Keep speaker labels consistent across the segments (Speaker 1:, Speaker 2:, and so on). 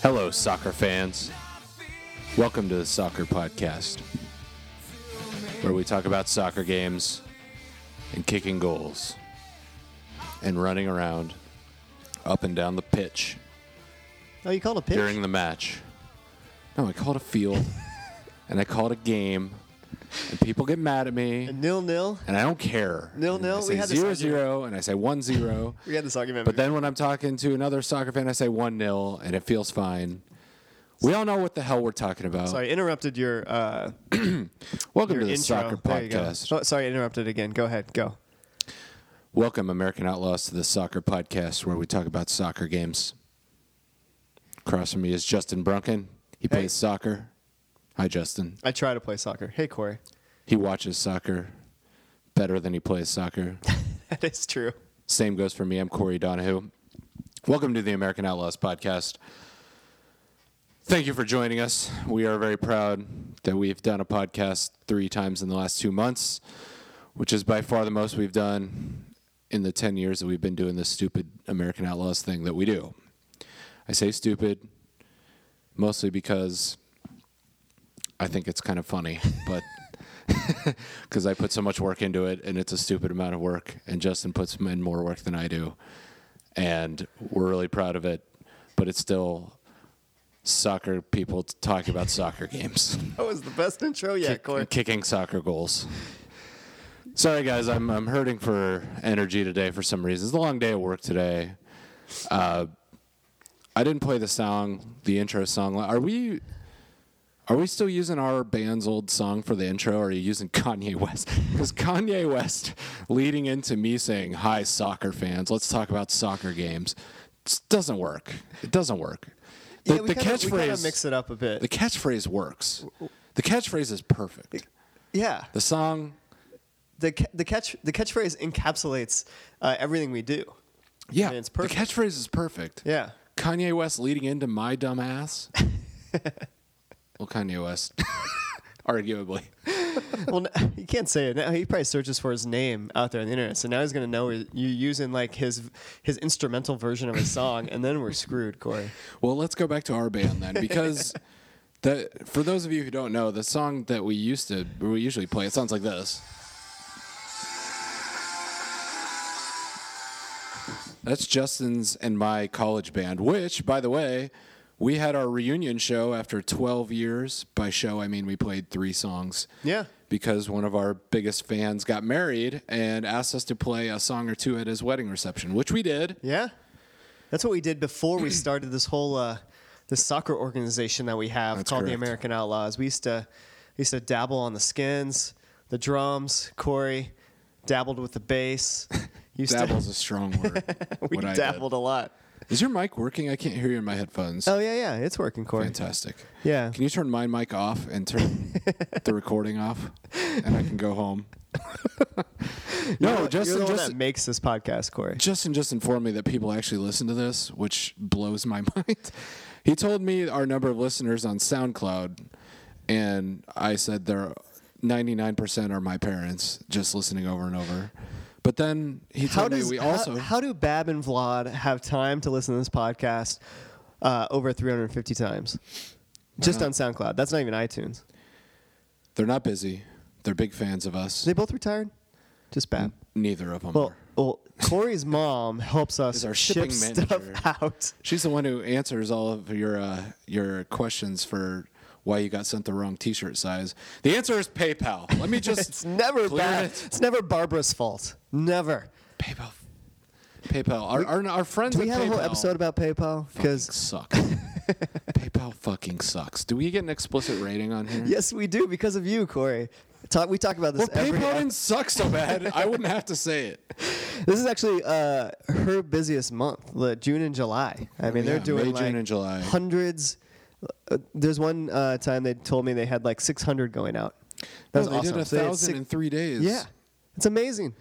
Speaker 1: Hello, soccer fans. Welcome to the Soccer Podcast, where we talk about soccer games and kicking goals and running around up and down the pitch
Speaker 2: Oh, you called a pitch?
Speaker 1: during the match. No, I call it a field and I call it a game, and people get mad at me,
Speaker 2: a nil nil.
Speaker 1: and I don't care.
Speaker 2: Nil,
Speaker 1: And I
Speaker 2: nil, we
Speaker 1: say
Speaker 2: had this
Speaker 1: zero
Speaker 2: argument.
Speaker 1: zero, and I say one zero.
Speaker 2: We had this argument.
Speaker 1: But then when I'm talking to another soccer fan, I say 1 0, and it feels fine. We all know what the hell we're talking about.
Speaker 2: sorry, interrupted your uh,
Speaker 1: Welcome to
Speaker 2: your
Speaker 1: the
Speaker 2: intro.
Speaker 1: Soccer
Speaker 2: There you go.
Speaker 1: Podcast.
Speaker 2: Oh, sorry, interrupted again. Go ahead. Go.
Speaker 1: Welcome, American Outlaws, to the Soccer Podcast, where we talk about soccer games. Across from me is Justin Brunken. He plays soccer. Hi, Justin.
Speaker 2: I try to play soccer. Hey, Corey.
Speaker 1: He watches soccer better than he plays soccer.
Speaker 2: that is true.
Speaker 1: Same goes for me. I'm Corey Donahue. Welcome to the American Outlaws podcast. Thank you for joining us. We are very proud that we've done a podcast three times in the last two months, which is by far the most we've done in the 10 years that we've been doing this stupid American Outlaws thing that we do. I say stupid mostly because I think it's kind of funny, but because I put so much work into it, and it's a stupid amount of work. And Justin puts in more work than I do, and we're really proud of it. But it's still soccer people talking about soccer games,
Speaker 2: That was the best intro yet, Corey.
Speaker 1: and kicking soccer goals. Sorry guys, I'm I'm hurting for energy today for some reason. It's a long day at work today. Uh, I didn't play the song, the intro song. Are we? Are we still using our band's old song for the intro, or are you using Kanye West? Because Kanye West, leading into me saying, Hi, soccer fans, let's talk about soccer games, s- doesn't work. It doesn't work. The,
Speaker 2: yeah, we
Speaker 1: the
Speaker 2: kinda, We kinda
Speaker 1: catchphrase,
Speaker 2: mix it up a bit.
Speaker 1: the catchphrase works. The catchphrase is perfect.
Speaker 2: yeah.
Speaker 1: The song,
Speaker 2: The ca- the catch the catchphrase encapsulates uh, everything we do.
Speaker 1: yeah,
Speaker 2: And it's
Speaker 1: the
Speaker 2: perfect.
Speaker 1: catchphrase is perfect.
Speaker 2: Yeah.
Speaker 1: Kanye West leading into my dumb ass. well, Kanye West, arguably.
Speaker 2: well, n- you can't say it now. He probably searches for his name out there on the internet, so now he's gonna know you using like his his instrumental version of his song, and then we're screwed, Corey.
Speaker 1: Well, let's go back to our band then, because the for those of you who don't know, the song that we used to we usually play it sounds like this. That's Justin's and my college band, which, by the way, we had our reunion show after 12 years. By show, I mean we played three songs.
Speaker 2: Yeah.
Speaker 1: Because one of our biggest fans got married and asked us to play a song or two at his wedding reception, which we did.
Speaker 2: Yeah, that's what we did before we started this whole uh, this soccer organization that we have
Speaker 1: That's
Speaker 2: called the
Speaker 1: correct.
Speaker 2: American Outlaws. We used to we used to dabble on the skins, the drums. Corey dabbled with the bass. Used
Speaker 1: Dabble's a strong word.
Speaker 2: to, we
Speaker 1: what I did.
Speaker 2: dabbled a lot.
Speaker 1: Is your mic working? I can't hear you in my headphones.
Speaker 2: Oh yeah, yeah, it's working, Corey.
Speaker 1: Fantastic.
Speaker 2: Yeah.
Speaker 1: Can you turn my mic off and turn the recording off, and I can go home?
Speaker 2: You're
Speaker 1: no,
Speaker 2: the- you're
Speaker 1: Justin.
Speaker 2: the one
Speaker 1: Justin,
Speaker 2: that makes this podcast, Corey.
Speaker 1: Justin just informed me that people actually listen to this, which blows my mind. He told me our number of listeners on SoundCloud, and I said there are 99% are my parents just listening over and over. But then he
Speaker 2: How
Speaker 1: told me
Speaker 2: does
Speaker 1: we
Speaker 2: how-
Speaker 1: also
Speaker 2: how, do Bab and Vlad have time to listen to this podcast uh, over 350 times? Just
Speaker 1: Uh-huh.
Speaker 2: on SoundCloud. That's not even iTunes.
Speaker 1: they're not busy. They're big fans of us.
Speaker 2: They both retired. Just Bab.
Speaker 1: Mm-hmm. Neither of them
Speaker 2: Well,
Speaker 1: are.
Speaker 2: well, Corey's mom helps us
Speaker 1: Is our
Speaker 2: ship
Speaker 1: shipping
Speaker 2: stuff
Speaker 1: manager.
Speaker 2: out.
Speaker 1: She's the one who answers all of your uh, your questions for why you got sent the wrong T-shirt size. The answer is PayPal. Let me just
Speaker 2: It's never
Speaker 1: clear
Speaker 2: bad.
Speaker 1: it.
Speaker 2: It's never Barbara's fault. Never.
Speaker 1: PayPal. PayPal. Our, our, our friends
Speaker 2: Do we
Speaker 1: at
Speaker 2: have a whole
Speaker 1: PayPal
Speaker 2: episode about PayPal? Because
Speaker 1: suck. PayPal fucking sucks. Do we get an explicit rating on here?
Speaker 2: yes, we do because of you, Corey. Talk, we talk about this
Speaker 1: Well,
Speaker 2: every.
Speaker 1: PayPal didn't suck so bad. I wouldn't have to say it.
Speaker 2: This is actually uh, her busiest month, the June and July. I mean,
Speaker 1: yeah,
Speaker 2: they're doing
Speaker 1: May,
Speaker 2: like
Speaker 1: June, and July.
Speaker 2: hundreds. Uh, there's one uh, time they told me they had like 600 going out. That was
Speaker 1: no, Oh, they
Speaker 2: awesome.
Speaker 1: did a
Speaker 2: So they had
Speaker 1: thousand
Speaker 2: six-
Speaker 1: in three days.
Speaker 2: yeah, it's amazing.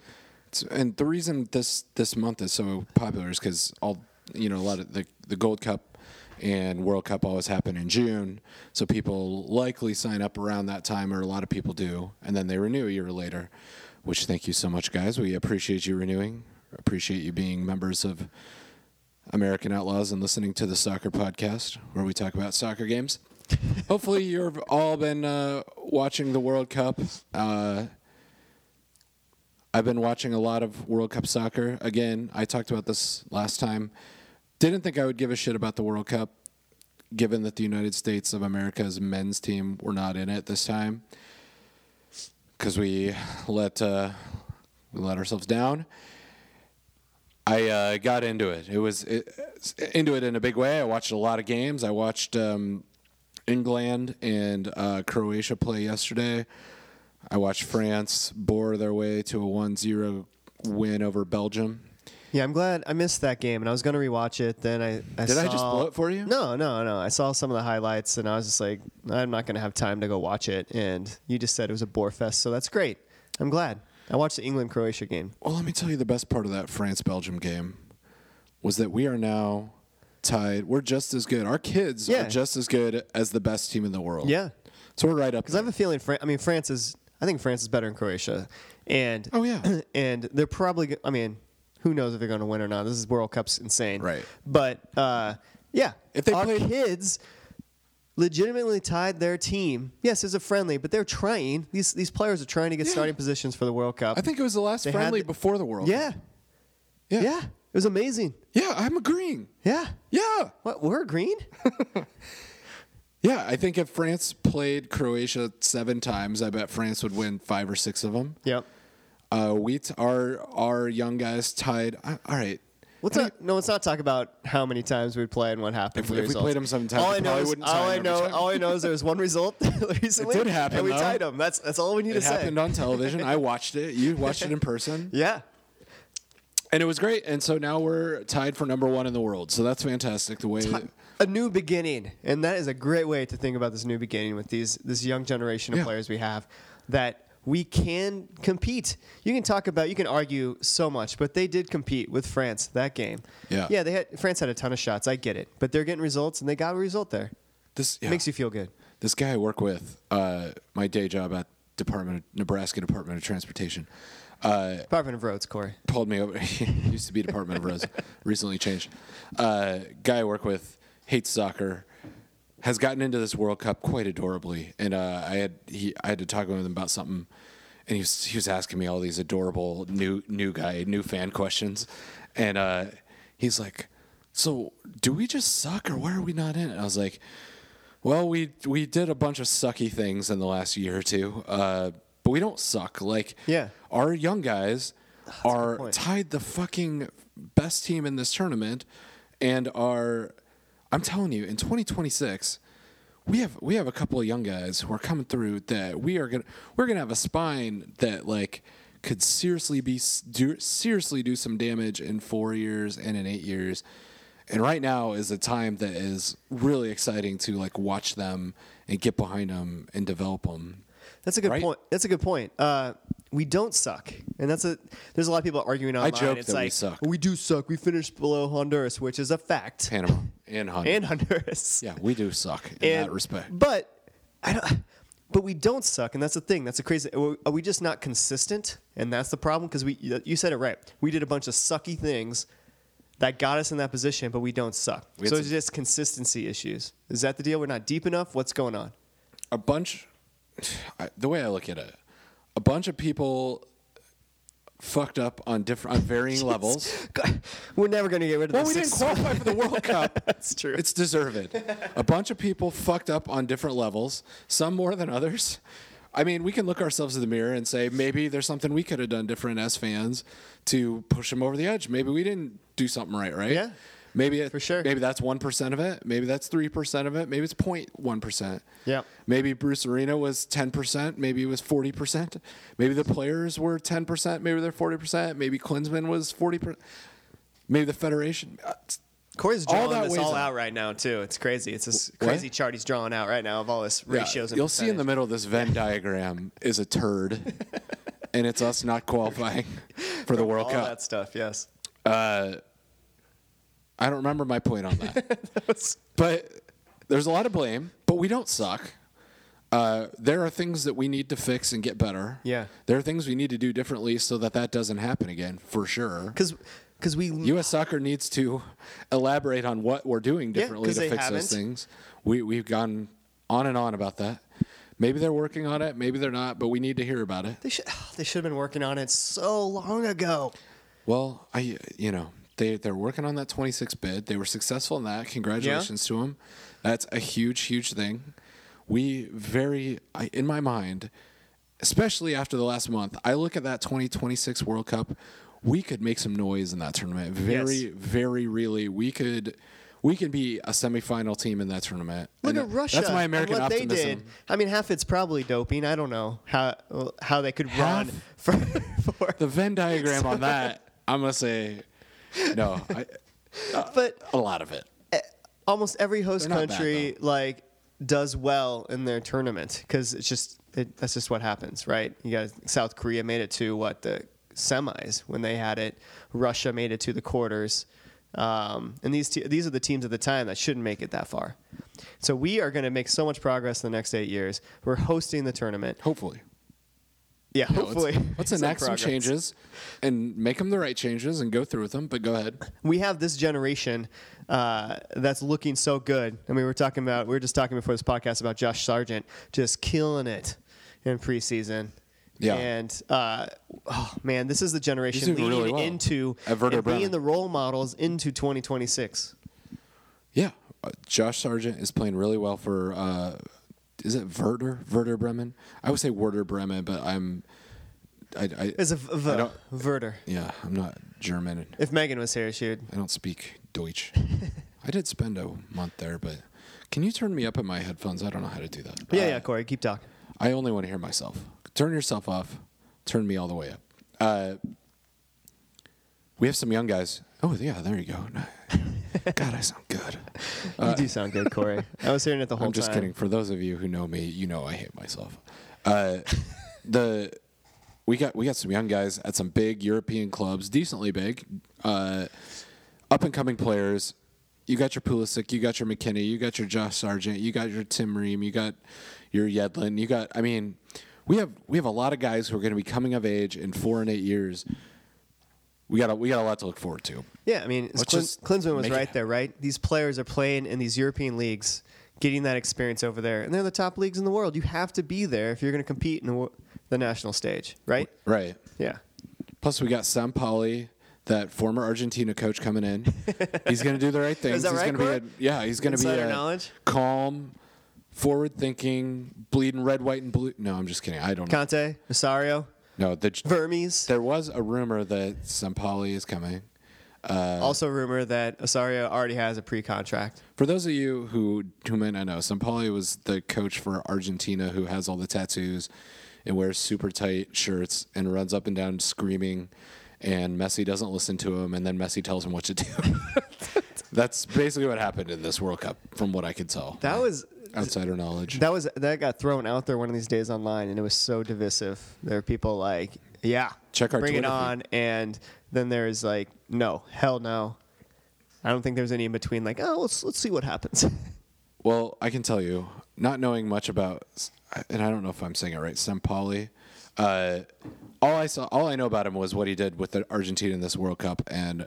Speaker 1: It's- and the reason this this month is so popular is because all you know a lot of the the Gold Cup and World Cup always happen in June, so people likely sign up around that time, or a lot of people do, and then they renew a year later. Which thank you so much, guys. We appreciate you renewing. Appreciate you being members of American Outlaws and listening to the soccer podcast where we talk about soccer games. Hopefully, you've all been uh, watching the World Cup. Uh, I've been watching a lot of World Cup soccer. Again, I talked about this last time. Didn't think I would give a shit about the World Cup, given that the United States of America's men's team were not in it this time, because we let uh, we let ourselves down. I uh, got into it. It was it, into it in a big way. I watched a lot of games. I watched um, England and uh, Croatia play yesterday. I watched France bore their way to a 1-0 win over Belgium.
Speaker 2: Yeah, I'm glad I missed that game, and I was gonna rewatch it. Then I, I
Speaker 1: Did
Speaker 2: saw,
Speaker 1: I just blow it for you?
Speaker 2: No, no, no. I saw some of the highlights, and I was just like, I'm not gonna have time to go watch it. And you just said it was a bore fest, so that's great. I'm glad. I watched the England Croatia game.
Speaker 1: Well, let me tell you the best part of that France Belgium game was that we are now tied. We're just as good. Our kids
Speaker 2: Yeah.
Speaker 1: are just as good as the best team in the world.
Speaker 2: Yeah,
Speaker 1: So we're right up.
Speaker 2: because I
Speaker 1: There.
Speaker 2: have a feeling. Fran- I mean, France is. I think France is better than Croatia, and
Speaker 1: Oh, yeah.
Speaker 2: and they're probably. go- I mean, who knows if they're going to win or not? This is World Cup's insane,
Speaker 1: Right.
Speaker 2: But uh, yeah,
Speaker 1: If they
Speaker 2: our
Speaker 1: played-
Speaker 2: kids legitimately tied their team. Yes, it's a friendly, but they're trying. These these players are trying to get
Speaker 1: Yeah.
Speaker 2: starting positions for the World Cup.
Speaker 1: I think it was the last
Speaker 2: They had
Speaker 1: friendly
Speaker 2: the-
Speaker 1: before the World.
Speaker 2: yeah,
Speaker 1: Yeah.
Speaker 2: yeah, It was amazing.
Speaker 1: Yeah, I'm agreeing.
Speaker 2: Yeah.
Speaker 1: Yeah.
Speaker 2: What we're green?
Speaker 1: Yeah, I think if France played Croatia seven times, I bet France would win five or six of them.
Speaker 2: yep.
Speaker 1: Uh, we t- our our young guys tied. I, all right,
Speaker 2: Let's not, no, let's not talk about how many times we'd play and what happened.
Speaker 1: If
Speaker 2: to
Speaker 1: we-
Speaker 2: the
Speaker 1: if we
Speaker 2: results.
Speaker 1: played 'em sometime,
Speaker 2: all
Speaker 1: we
Speaker 2: I know,
Speaker 1: probably
Speaker 2: is,
Speaker 1: wouldn't tie
Speaker 2: all
Speaker 1: 'em
Speaker 2: I
Speaker 1: every
Speaker 2: know,
Speaker 1: time.
Speaker 2: all I know is there was one result recently.
Speaker 1: It did happen,
Speaker 2: and we
Speaker 1: though.
Speaker 2: tied them. That's that's all we need
Speaker 1: it
Speaker 2: to say.
Speaker 1: happened on television. I watched it. You watched it in person,
Speaker 2: yeah,
Speaker 1: and it was great. And so now we're tied for number one in the world. So that's fantastic. The way
Speaker 2: a new beginning, and that is a great way to think about this new beginning with these this young generation of
Speaker 1: Yeah.
Speaker 2: players we have that we can compete. You can talk about, you can argue so much, but they did compete with France that game.
Speaker 1: Yeah.
Speaker 2: yeah, they had France had a ton of shots. I get it, but they're getting results, and they got a result there.
Speaker 1: this yeah.
Speaker 2: It makes you feel good.
Speaker 1: this guy I work with, uh, my day job at Department of, Nebraska Department of Transportation, uh,
Speaker 2: Department of Roads, Corey.
Speaker 1: pulled me over. He used to be Department of Roads, recently changed. Uh, guy I work with hates soccer, has gotten into this World Cup quite adorably, and uh, I had he I had to talk with him about something, and he was he was asking me all these adorable new new guy new fan questions, and uh, he's like, "So do we just suck, or why are we not in?" it?" And I was like. Well, we we did a bunch of sucky things in the last year or two, uh, but we don't suck. Like,
Speaker 2: Yeah.
Speaker 1: our young guys are
Speaker 2: point.
Speaker 1: tied the fucking best team in this tournament, and are. I'm telling you, in 2026, we have we have a couple of young guys who are coming through that we are gonna we're gonna have a spine that like could seriously be s- do, seriously do some damage in four years and in eight years, and right now is a time that is really exciting to like watch them and get behind them and develop them.
Speaker 2: That's a good
Speaker 1: Right?
Speaker 2: point. That's a good point. Uh, we don't suck, and that's a. There's a lot of people arguing online.
Speaker 1: joke
Speaker 2: it's
Speaker 1: that we
Speaker 2: like
Speaker 1: suck.
Speaker 2: "Oh, do suck. We finished below Honduras, which is a fact,
Speaker 1: Panama and Honda.
Speaker 2: and Honduras.
Speaker 1: yeah, we do suck in
Speaker 2: And-
Speaker 1: that respect.
Speaker 2: But I don't. But we don't suck, and that's the thing. That's the crazy. Are we just not consistent? And that's the problem because we. You said it right. We did a bunch of sucky things that got us in that position, but we don't suck.
Speaker 1: We had
Speaker 2: so
Speaker 1: some-
Speaker 2: it's just consistency issues. Is that the deal? We're not deep enough. What's going on?
Speaker 1: a bunch I, the way i look at it a bunch of people fucked up on different on varying levels
Speaker 2: We're never going to get rid of
Speaker 1: well we
Speaker 2: this.
Speaker 1: didn't qualify for the world cup
Speaker 2: That's true.
Speaker 1: it's deserved a bunch of people fucked up on different levels some more than others i mean we can look ourselves in the mirror and say maybe there's something we could have done different as fans to push them over the edge maybe we didn't do something right right
Speaker 2: Yeah.
Speaker 1: maybe it,
Speaker 2: For sure.
Speaker 1: maybe that's 1% of it maybe that's 3% of it maybe it's 0.1%
Speaker 2: Yeah.
Speaker 1: Maybe Bruce Arena was 10%. Maybe it was 40%. Maybe the players were 10%. Maybe they're 40%. Maybe Klinsman was 40%. Maybe the Federation. uh, it's-
Speaker 2: Corey's
Speaker 1: All
Speaker 2: drawing
Speaker 1: that
Speaker 2: this
Speaker 1: weighs
Speaker 2: all
Speaker 1: up.
Speaker 2: out right now too. It's crazy. It's this
Speaker 1: Wh- what?
Speaker 2: crazy chart he's drawing out right now of all this ratios.
Speaker 1: yeah,
Speaker 2: and
Speaker 1: You'll see in the
Speaker 2: percentage.
Speaker 1: middle of this Venn diagram is a turd, and it's us not qualifying for the World
Speaker 2: all
Speaker 1: Cup.
Speaker 2: that stuff. Yes.
Speaker 1: I don't remember my point on that.
Speaker 2: That's-
Speaker 1: but there's a lot of blame, but we don't suck. Uh, there are things that we need to fix and get better.
Speaker 2: Yeah.
Speaker 1: There are things we need to do differently so that that doesn't happen again, for sure.
Speaker 2: because because we
Speaker 1: U.S. Soccer needs to elaborate on what we're doing differently
Speaker 2: 'cause
Speaker 1: to
Speaker 2: they
Speaker 1: fix
Speaker 2: haven't.
Speaker 1: those things. We we've gone on and on about that. Maybe they're working on it. Maybe they're not. But we need to hear about it.
Speaker 2: they should they should have been working on it so long ago.
Speaker 1: Well, I you know they they're working on that 26 bid. They were successful in that. Congratulations to 'em. to them. That's a huge huge thing. We very I, in my mind, especially after the last month, I look at that 2026 World Cup. We could make some noise in that tournament. Very
Speaker 2: Yes.
Speaker 1: very really we could. We could be a semifinal team in that tournament.
Speaker 2: Look
Speaker 1: And
Speaker 2: at Russia.
Speaker 1: That's my
Speaker 2: and
Speaker 1: American
Speaker 2: what
Speaker 1: optimism.
Speaker 2: They did. I mean, half it's probably doping. I don't know how how they could
Speaker 1: Half?
Speaker 2: run for, for
Speaker 1: The Venn diagram on that, I'm gonna say, no, I,
Speaker 2: but
Speaker 1: a lot of it.
Speaker 2: almost every host
Speaker 1: They're not bad,
Speaker 2: country like does well in their tournament because it's just it, that's just what happens, right? You guys, South Korea made it to what the semis when they had it. Russia made it to the quarters, um, and these te- these are the teams at the time that shouldn't make it that far. So we are going to make so much progress in the next eight years. We're hosting the tournament.
Speaker 1: Hopefully.
Speaker 2: Yeah,
Speaker 1: No, let's-
Speaker 2: hopefully.
Speaker 1: Let's, enact some
Speaker 2: progress.
Speaker 1: changes and make them the right changes and go through with them. But go ahead.
Speaker 2: we have this generation uh, that's looking so good. I mean, we were talking about, we were just talking before this podcast about Josh Sargent just killing it in preseason.
Speaker 1: Yeah.
Speaker 2: And uh, oh man, this is the generation
Speaker 1: doing
Speaker 2: leading
Speaker 1: really well.
Speaker 2: into
Speaker 1: At Werder
Speaker 2: and being
Speaker 1: Bremen.
Speaker 2: the role models into 2026.
Speaker 1: Yeah, uh, Josh Sargent is playing really well for. Uh, is it Werder? Werder Bremen? I would say Werder Bremen, but I'm. I, I,
Speaker 2: As a v- v-
Speaker 1: I don't-
Speaker 2: Werder.
Speaker 1: yeah, I'm not German.
Speaker 2: If Megan was here, she would.
Speaker 1: I don't speak Deutsch. I did spend a month there, but can you turn me up in my headphones? I don't know how to do that.
Speaker 2: Yeah,
Speaker 1: Uh,
Speaker 2: yeah, Corey, keep talking.
Speaker 1: I only want to hear myself. Turn yourself off. Turn me all the way up. Uh, we have some young guys. Oh yeah, there you go. God, I sound good.
Speaker 2: you do sound good, Corey. I was hearing it the whole
Speaker 1: uh, I'm just
Speaker 2: time.
Speaker 1: kidding. For those of you who know me, you know I hate myself. Uh, the we got we got some young guys at some big European clubs, decently big, uh, up and coming players. You got your Pulisic, you got your McKinney, you got your Josh Sargent, you got your Tim Ream, you got your Yedlin, you got. I mean, we have we have a lot of guys who are going to be coming of age in four and eight years. We got a, we got a lot to look forward to.
Speaker 2: Yeah, I mean,
Speaker 1: Let's
Speaker 2: Klin-
Speaker 1: just
Speaker 2: Klinsmann was
Speaker 1: make it
Speaker 2: right
Speaker 1: happen.
Speaker 2: there, right? These players are playing in these European leagues, getting that experience over there, and they're the top leagues in the world. You have to be there if you're going to compete in the, wo- the national stage, right?
Speaker 1: Right.
Speaker 2: Yeah.
Speaker 1: Plus, we got Sampoli, that former Argentina coach, coming in. He's going to do the right things.
Speaker 2: that
Speaker 1: he's
Speaker 2: right,
Speaker 1: gonna be
Speaker 2: Court?
Speaker 1: a, Yeah, he's going to be
Speaker 2: Insider
Speaker 1: a
Speaker 2: knowledge?
Speaker 1: calm, forward-thinking, bleeding red, white, and blue. No, I'm just kidding. I don't know.
Speaker 2: Conte, Rosario,
Speaker 1: No, the,
Speaker 2: Vermes.
Speaker 1: there was a rumor that Sampoli is coming.
Speaker 2: also, rumor that Osario already has a pre-contract.
Speaker 1: For those of you who who might not know, Sampoli was the coach for Argentina who has all the tattoos and wears super tight shirts and runs up and down screaming and Messi doesn't listen to him and then Messi tells him what to do. That's basically what happened in this World Cup from what I could tell.
Speaker 2: That was
Speaker 1: outsider knowledge.
Speaker 2: that was that got thrown out there one of these days online, and it was so divisive. There are people like, yeah,
Speaker 1: Check our
Speaker 2: bring it
Speaker 1: Twitter feed.
Speaker 2: on, and then there's like, no, hell no. I don't think there's any in between. Like, oh, let's let's see what happens.
Speaker 1: Well, I can tell you, not knowing much about, and I don't know if I'm saying it right, Sempoli. Uh, all I saw, all I know about him was what he did with the Argentina in this World Cup, and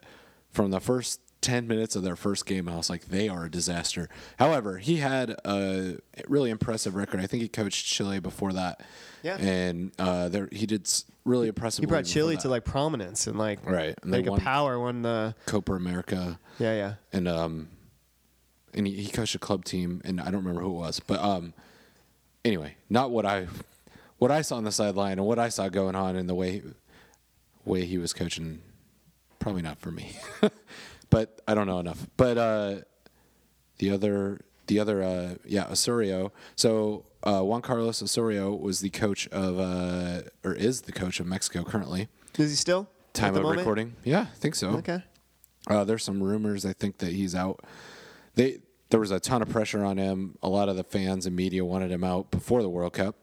Speaker 1: from the first ten minutes of their first game, I was like, they are a disaster. However, he had a really impressive record. I think he coached Chile before that,
Speaker 2: Yeah.
Speaker 1: and uh, there he did s- really impressive.
Speaker 2: he brought Chile to like prominence and like
Speaker 1: Right, and they
Speaker 2: like a
Speaker 1: won.
Speaker 2: power when the
Speaker 1: Copa America
Speaker 2: yeah yeah
Speaker 1: and um, and he, he coached a club team, and I don't remember who it was, but um, anyway, not what I, what I saw on the sideline and what I saw going on in the way, way he was coaching, probably not for me, but I don't know enough. But uh, the other, the other, uh, yeah, Osorio. So uh, Juan Carlos Osorio was the coach of, uh, or is the coach of Mexico currently.
Speaker 2: is he still At
Speaker 1: Time
Speaker 2: the
Speaker 1: of
Speaker 2: moment?
Speaker 1: recording, yeah, I think so.
Speaker 2: okay
Speaker 1: Uh, there's some rumors. I think that he's out. They there was a ton of pressure on him. A lot of the fans and media wanted him out before the World Cup.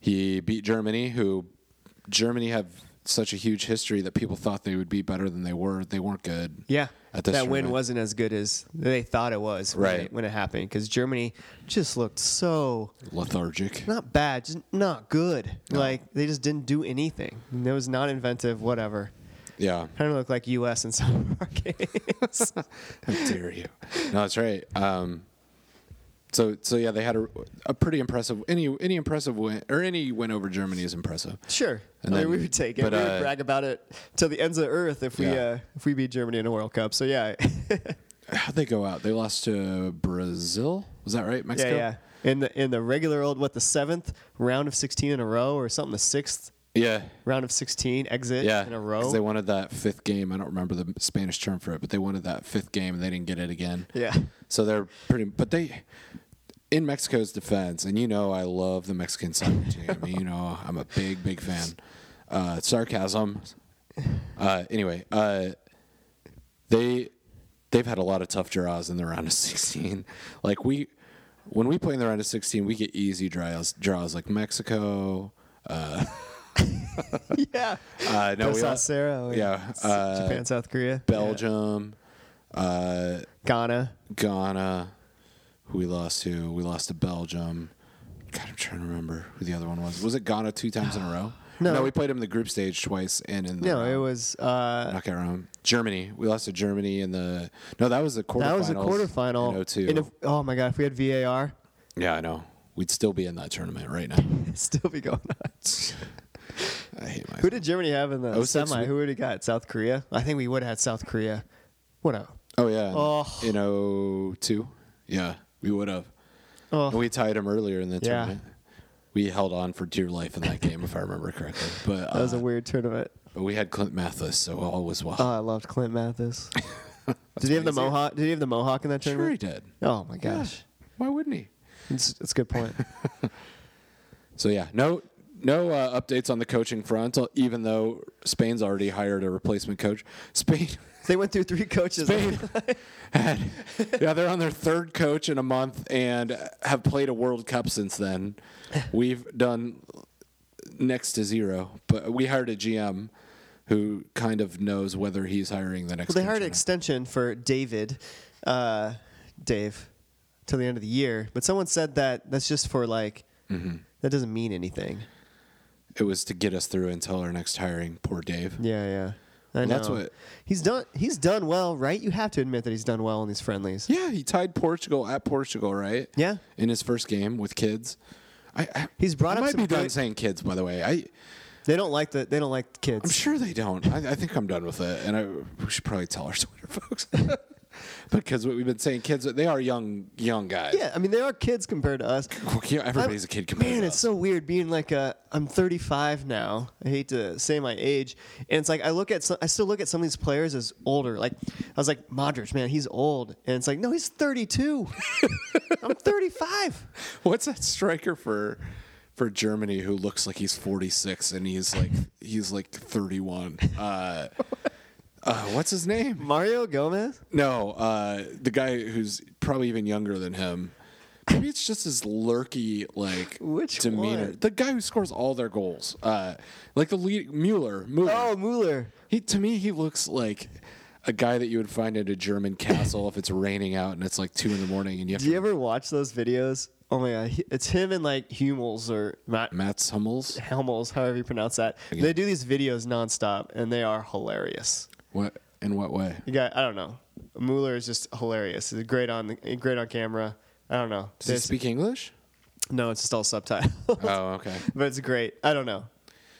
Speaker 1: He beat Germany, who Germany have such a huge history that people thought they would be better than they were. They weren't good.
Speaker 2: yeah
Speaker 1: At this
Speaker 2: that win
Speaker 1: tournament.
Speaker 2: wasn't as good as they thought it was when
Speaker 1: Right.
Speaker 2: it, when it happened because Germany just looked so
Speaker 1: Lethargic.
Speaker 2: not bad just not good like they just didn't do anything it was not inventive whatever
Speaker 1: Yeah.
Speaker 2: Kind of look like U.S. in some of our games.
Speaker 1: How dare you? No, that's right. Um, so so yeah, they had a, a pretty impressive any any impressive win or any win over Germany is impressive.
Speaker 2: sure.
Speaker 1: And
Speaker 2: I mean,
Speaker 1: then-
Speaker 2: we would take it.
Speaker 1: but,
Speaker 2: we would
Speaker 1: uh,
Speaker 2: brag about it to the ends of the earth if we
Speaker 1: Yeah.
Speaker 2: uh, if we beat Germany in a World Cup. So yeah, yeah,
Speaker 1: How'd they go out? They lost to Brazil. Was that right? Mexico.
Speaker 2: yeah. In the in the regular old what the seventh round of sixteen in a row or something the sixth
Speaker 1: Yeah.
Speaker 2: round of sixteen exit
Speaker 1: Yeah,
Speaker 2: in a
Speaker 1: 'cause
Speaker 2: row.
Speaker 1: They wanted that fifth game. I don't remember the Spanish term for it, but they wanted that fifth game and they didn't get it again.
Speaker 2: yeah.
Speaker 1: So they're pretty, but they, in Mexico's defense, and you know I love the Mexican soccer team. I mean, you know I'm a big, big fan. Uh, sarcasm. Uh, anyway, uh, they they've had a lot of tough draws in the round of 16. Like we, when we play in the round of 16, we get easy draws. Draws like Mexico.
Speaker 2: yeah.
Speaker 1: Uh, no,
Speaker 2: That's
Speaker 1: we all,
Speaker 2: not Sarah. Oh,
Speaker 1: yeah, uh,
Speaker 2: Japan, South Korea,
Speaker 1: Belgium, uh,
Speaker 2: yeah. Ghana.
Speaker 1: Ghana, who we lost to. We lost to Belgium. God, I'm trying to remember who the other one was. Was it Ghana two times in a row?
Speaker 2: No.
Speaker 1: we played them in the group stage twice and in the
Speaker 2: No, it was uh,
Speaker 1: knockout round. Germany, we lost to Germany in the no, that was the quarterfinals.
Speaker 2: that was the quarterfinal.
Speaker 1: In 02.
Speaker 2: And if, oh my god, if we had VAR,
Speaker 1: yeah, I know. We'd still be in that tournament right now.
Speaker 2: it'd still be going on.
Speaker 1: I hate my.
Speaker 2: Who did Germany have in the
Speaker 1: 06
Speaker 2: semi?
Speaker 1: we-
Speaker 2: Who would have got South Korea? I think we would have had South Korea. What a
Speaker 1: Oh yeah.
Speaker 2: Oh.
Speaker 1: In oh two, yeah, we would have. And
Speaker 2: oh
Speaker 1: we tied him earlier in the
Speaker 2: Yeah.
Speaker 1: tournament. We held on for dear life in that game, if I remember correctly. But
Speaker 2: that was
Speaker 1: uh,
Speaker 2: a weird tournament.
Speaker 1: But we had Clint Mathis, so all was well.
Speaker 2: Oh, I loved Clint Mathis. did he have the
Speaker 1: amazing.
Speaker 2: mohawk? Did he have the mohawk in that
Speaker 1: sure he
Speaker 2: tournament?
Speaker 1: did.
Speaker 2: Oh my gosh,
Speaker 1: Why wouldn't he?
Speaker 2: it's, it's a good point.
Speaker 1: So yeah, no, no uh, updates on the coaching front. Even though Spain's already hired a replacement coach, Spain,
Speaker 2: they went through three coaches.
Speaker 1: Spain, had, yeah, they're on their third coach in a month and have played a World Cup since then. We've done next to zero, but we hired a GM who kind of knows whether he's hiring the next.
Speaker 2: Well, they
Speaker 1: coach
Speaker 2: hired
Speaker 1: or
Speaker 2: an
Speaker 1: not.
Speaker 2: extension for David, uh, Dave, till the end of the year. But someone said that that's just for like
Speaker 1: Mm-hmm.
Speaker 2: that doesn't mean anything.
Speaker 1: It was to get us through until our next hiring. Poor Dave.
Speaker 2: Yeah, yeah. I
Speaker 1: Well, that's
Speaker 2: know.
Speaker 1: what-
Speaker 2: he's done. He's done well, right? You have to admit that he's done well in these friendlies.
Speaker 1: Yeah, he tied Portugal at Portugal, right?
Speaker 2: Yeah.
Speaker 1: In his first game with kids. I, I
Speaker 2: He's brought
Speaker 1: I
Speaker 2: up
Speaker 1: might
Speaker 2: some
Speaker 1: be done
Speaker 2: good-
Speaker 1: saying kids, by the way. I
Speaker 2: They don't like the. They don't like the
Speaker 1: I'm
Speaker 2: kids.
Speaker 1: sure they don't. I, I think I'm done with it, and I we should probably tell our Twitter folks because what we've been saying, kids, they are young young guys.
Speaker 2: Yeah, I mean they are kids compared to us.
Speaker 1: Well, yeah, everybody's a
Speaker 2: I'm-
Speaker 1: kid compared.
Speaker 2: Man,
Speaker 1: to
Speaker 2: it's
Speaker 1: us.
Speaker 2: so weird being like a. I'm 35 now. I hate to say my age, and it's like I look at. Some, I still look at some of these players as older. Like I was like Modric, man, he's old, and it's like no, he's 32. I'm 35.
Speaker 1: What's that striker for? For Germany, who looks like he's 46 and he's like he's like 31. Uh, uh, what's his name?
Speaker 2: Mario Gomez.
Speaker 1: No, uh, the guy who's probably even younger than him. Maybe it's just his lurky like
Speaker 2: Which
Speaker 1: demeanor.
Speaker 2: one?
Speaker 1: The guy who scores all their goals, uh, like the lead Mueller. Mueller.
Speaker 2: Oh, Mueller.
Speaker 1: He to me he looks like a guy that you would find at a German castle if it's raining out and it's like two in the morning and you have
Speaker 2: Do you
Speaker 1: to
Speaker 2: ever watch those videos? Oh my god, he- it's him and like Hummels or Matt
Speaker 1: Matt Hummels.
Speaker 2: Helmels, however you pronounce that. They do these videos nonstop, and they are hilarious.
Speaker 1: What in what way?
Speaker 2: You got, I don't know. Mueller is just hilarious. He's great on the, great on camera. I don't know.
Speaker 1: Does he
Speaker 2: This-
Speaker 1: speak English?
Speaker 2: no, it's just all subtitles.
Speaker 1: Oh, okay.
Speaker 2: but it's great. I don't know.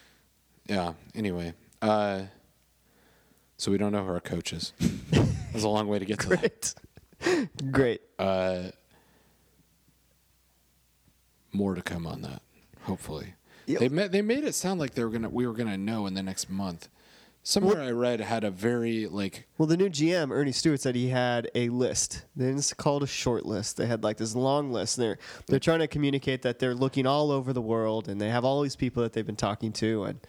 Speaker 1: Yeah. Anyway, uh, so we don't know who our coach is. That's a long way to get to that.
Speaker 2: Great. great.
Speaker 1: Uh, more to come on that, hopefully.
Speaker 2: Yeah.
Speaker 1: They ma- they made it sound like they were gonna we were gonna know in the next month. Somewhere I read had a very like
Speaker 2: Well, the new GM Ernie Stewart said he had a list. They didn't s- call it a short list. They had like this long list. And they're they're trying to communicate that they're looking all over the world and they have all these people that they've been talking to and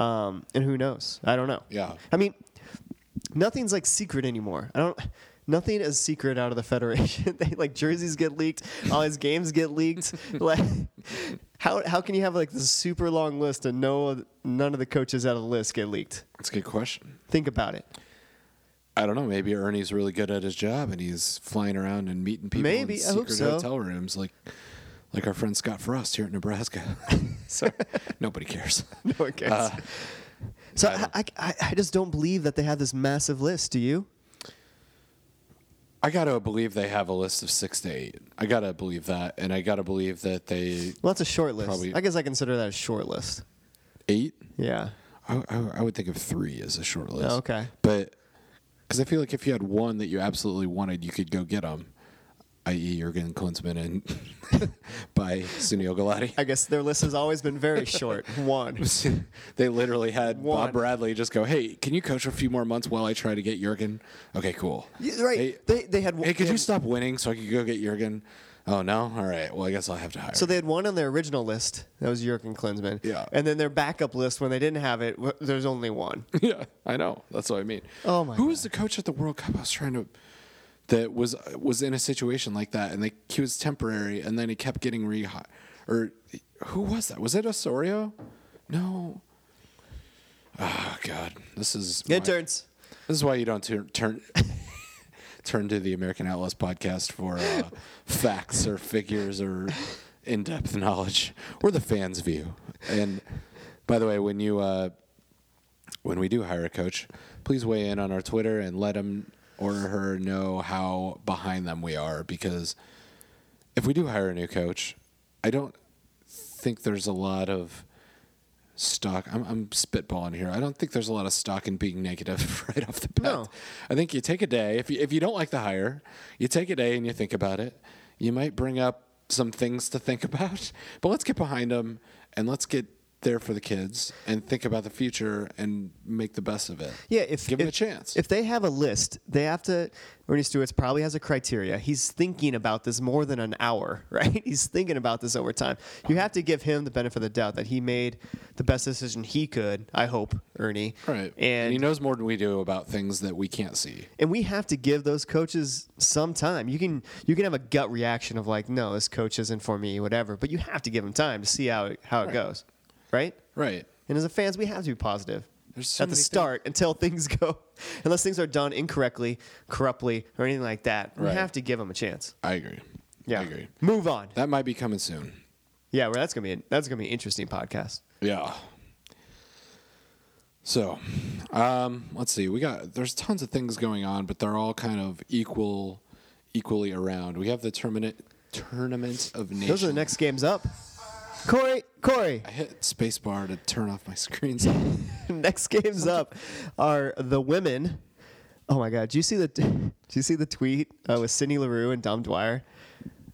Speaker 2: um, and who knows? I don't know.
Speaker 1: Yeah.
Speaker 2: I mean, nothing's like secret anymore. I don't. Nothing is secret out of the Federation. they like jerseys get leaked, all his games get leaked. like, how how can you have like this super long list and no none of the coaches out of the list get leaked?
Speaker 1: that's a good question.
Speaker 2: Think about it.
Speaker 1: I don't know. Maybe Ernie's really good at his job and he's flying around and meeting people
Speaker 2: Maybe,
Speaker 1: in
Speaker 2: I hope
Speaker 1: secret
Speaker 2: so.
Speaker 1: hotel rooms like like our friend Scott Frost here at Nebraska. Sorry, nobody cares.
Speaker 2: No one cares.
Speaker 1: Uh,
Speaker 2: So
Speaker 1: title.
Speaker 2: I, I, I I just don't believe that they have this massive list. Do you?
Speaker 1: I gotta believe they have a list of six to eight. I gotta believe that, and I gotta believe that they
Speaker 2: Well, that's a short list.
Speaker 1: Probably-
Speaker 2: I guess I consider that a short list.
Speaker 1: eight.
Speaker 2: Yeah.
Speaker 1: I, I, I would think of three as a short list.
Speaker 2: Oh, okay.
Speaker 1: but because I feel like if you had one that you absolutely wanted, you could go get them, i.e., Jurgen Klinsmann and by Sunil Galati.
Speaker 2: I guess their list has always been very short. One.
Speaker 1: they literally had
Speaker 2: One.
Speaker 1: Bob Bradley just go, "Hey, can you coach a few more months while I try to get Jurgen?" Okay, cool.
Speaker 2: Yeah, right.
Speaker 1: Hey,
Speaker 2: they they had.
Speaker 1: hey, could
Speaker 2: they
Speaker 1: you
Speaker 2: had-
Speaker 1: stop winning so I could go get Jurgen? Oh no, all right. Well, I guess I'll have to hire.
Speaker 2: So they had one on their original list. That was Jurgen Klinsmann.
Speaker 1: Yeah.
Speaker 2: And then their backup list when they didn't have it, w- there's only one.
Speaker 1: yeah, I know. That's what I mean.
Speaker 2: Oh, my
Speaker 1: Who was the coach at the World Cup? I was trying to. That was was in a situation like that, and they, he was temporary, and then he kept getting rehired. Or who was that? Was it Osorio? No. Oh God, this is
Speaker 2: It
Speaker 1: my-
Speaker 2: turns.
Speaker 1: This is why you don't turn turn turn to the American Outlaws podcast for uh, facts or figures or in depth knowledge. We're the fans' view. And by the way, when you uh, when we do hire a coach, please weigh in on our Twitter and let him or her know how behind them we are because if we do hire a new coach, I don't think there's a lot of stock. I'm, I'm spitballing here. I don't think there's a lot of stock in being negative right off the bat.
Speaker 2: No.
Speaker 1: I think you take a day. If you, if you don't like the hire, you take a day and you think about it. You might bring up some things to think about, but let's get behind them and let's get there for the kids and think about the future and make the best of it.
Speaker 2: Yeah, if
Speaker 1: give 'em
Speaker 2: if-
Speaker 1: a chance.
Speaker 2: If they have a list, they have to. Ernie Stewart's probably has a criteria. He's thinking about this more than an hour, right? He's thinking about this over time. You have to give him the benefit of the doubt that he made the best decision he could. I hope, Ernie.
Speaker 1: right.
Speaker 2: And
Speaker 1: and he knows more than we do about things that we can't see.
Speaker 2: and we have to give those coaches some time. You can you can have a gut reaction of like, no, this coach isn't for me, whatever. But you have to give them time to see how it, how it goes, right?
Speaker 1: Right.
Speaker 2: And as a fans, we have to be positive
Speaker 1: There's so
Speaker 2: at the
Speaker 1: many things.
Speaker 2: start until things go, unless things are done incorrectly, corruptly, or anything like that. We
Speaker 1: Right.
Speaker 2: have to give them a chance.
Speaker 1: I agree.
Speaker 2: Yeah,
Speaker 1: I agree.
Speaker 2: move on.
Speaker 1: That might be coming soon.
Speaker 2: Yeah, well, that's gonna be that's gonna be an interesting podcast.
Speaker 1: Yeah. So, um, let's see. We got there's tons of things going on, but they're all kind of equal, equally around. We have the tournament, tournament of nations.
Speaker 2: Those are the next games up. Corey, Corey,
Speaker 1: I hit spacebar to turn off my screens.
Speaker 2: next games up are the women. Oh my God! Do you see the Do you see the tweet uh, with Sidney Larue and Dom Dwyer?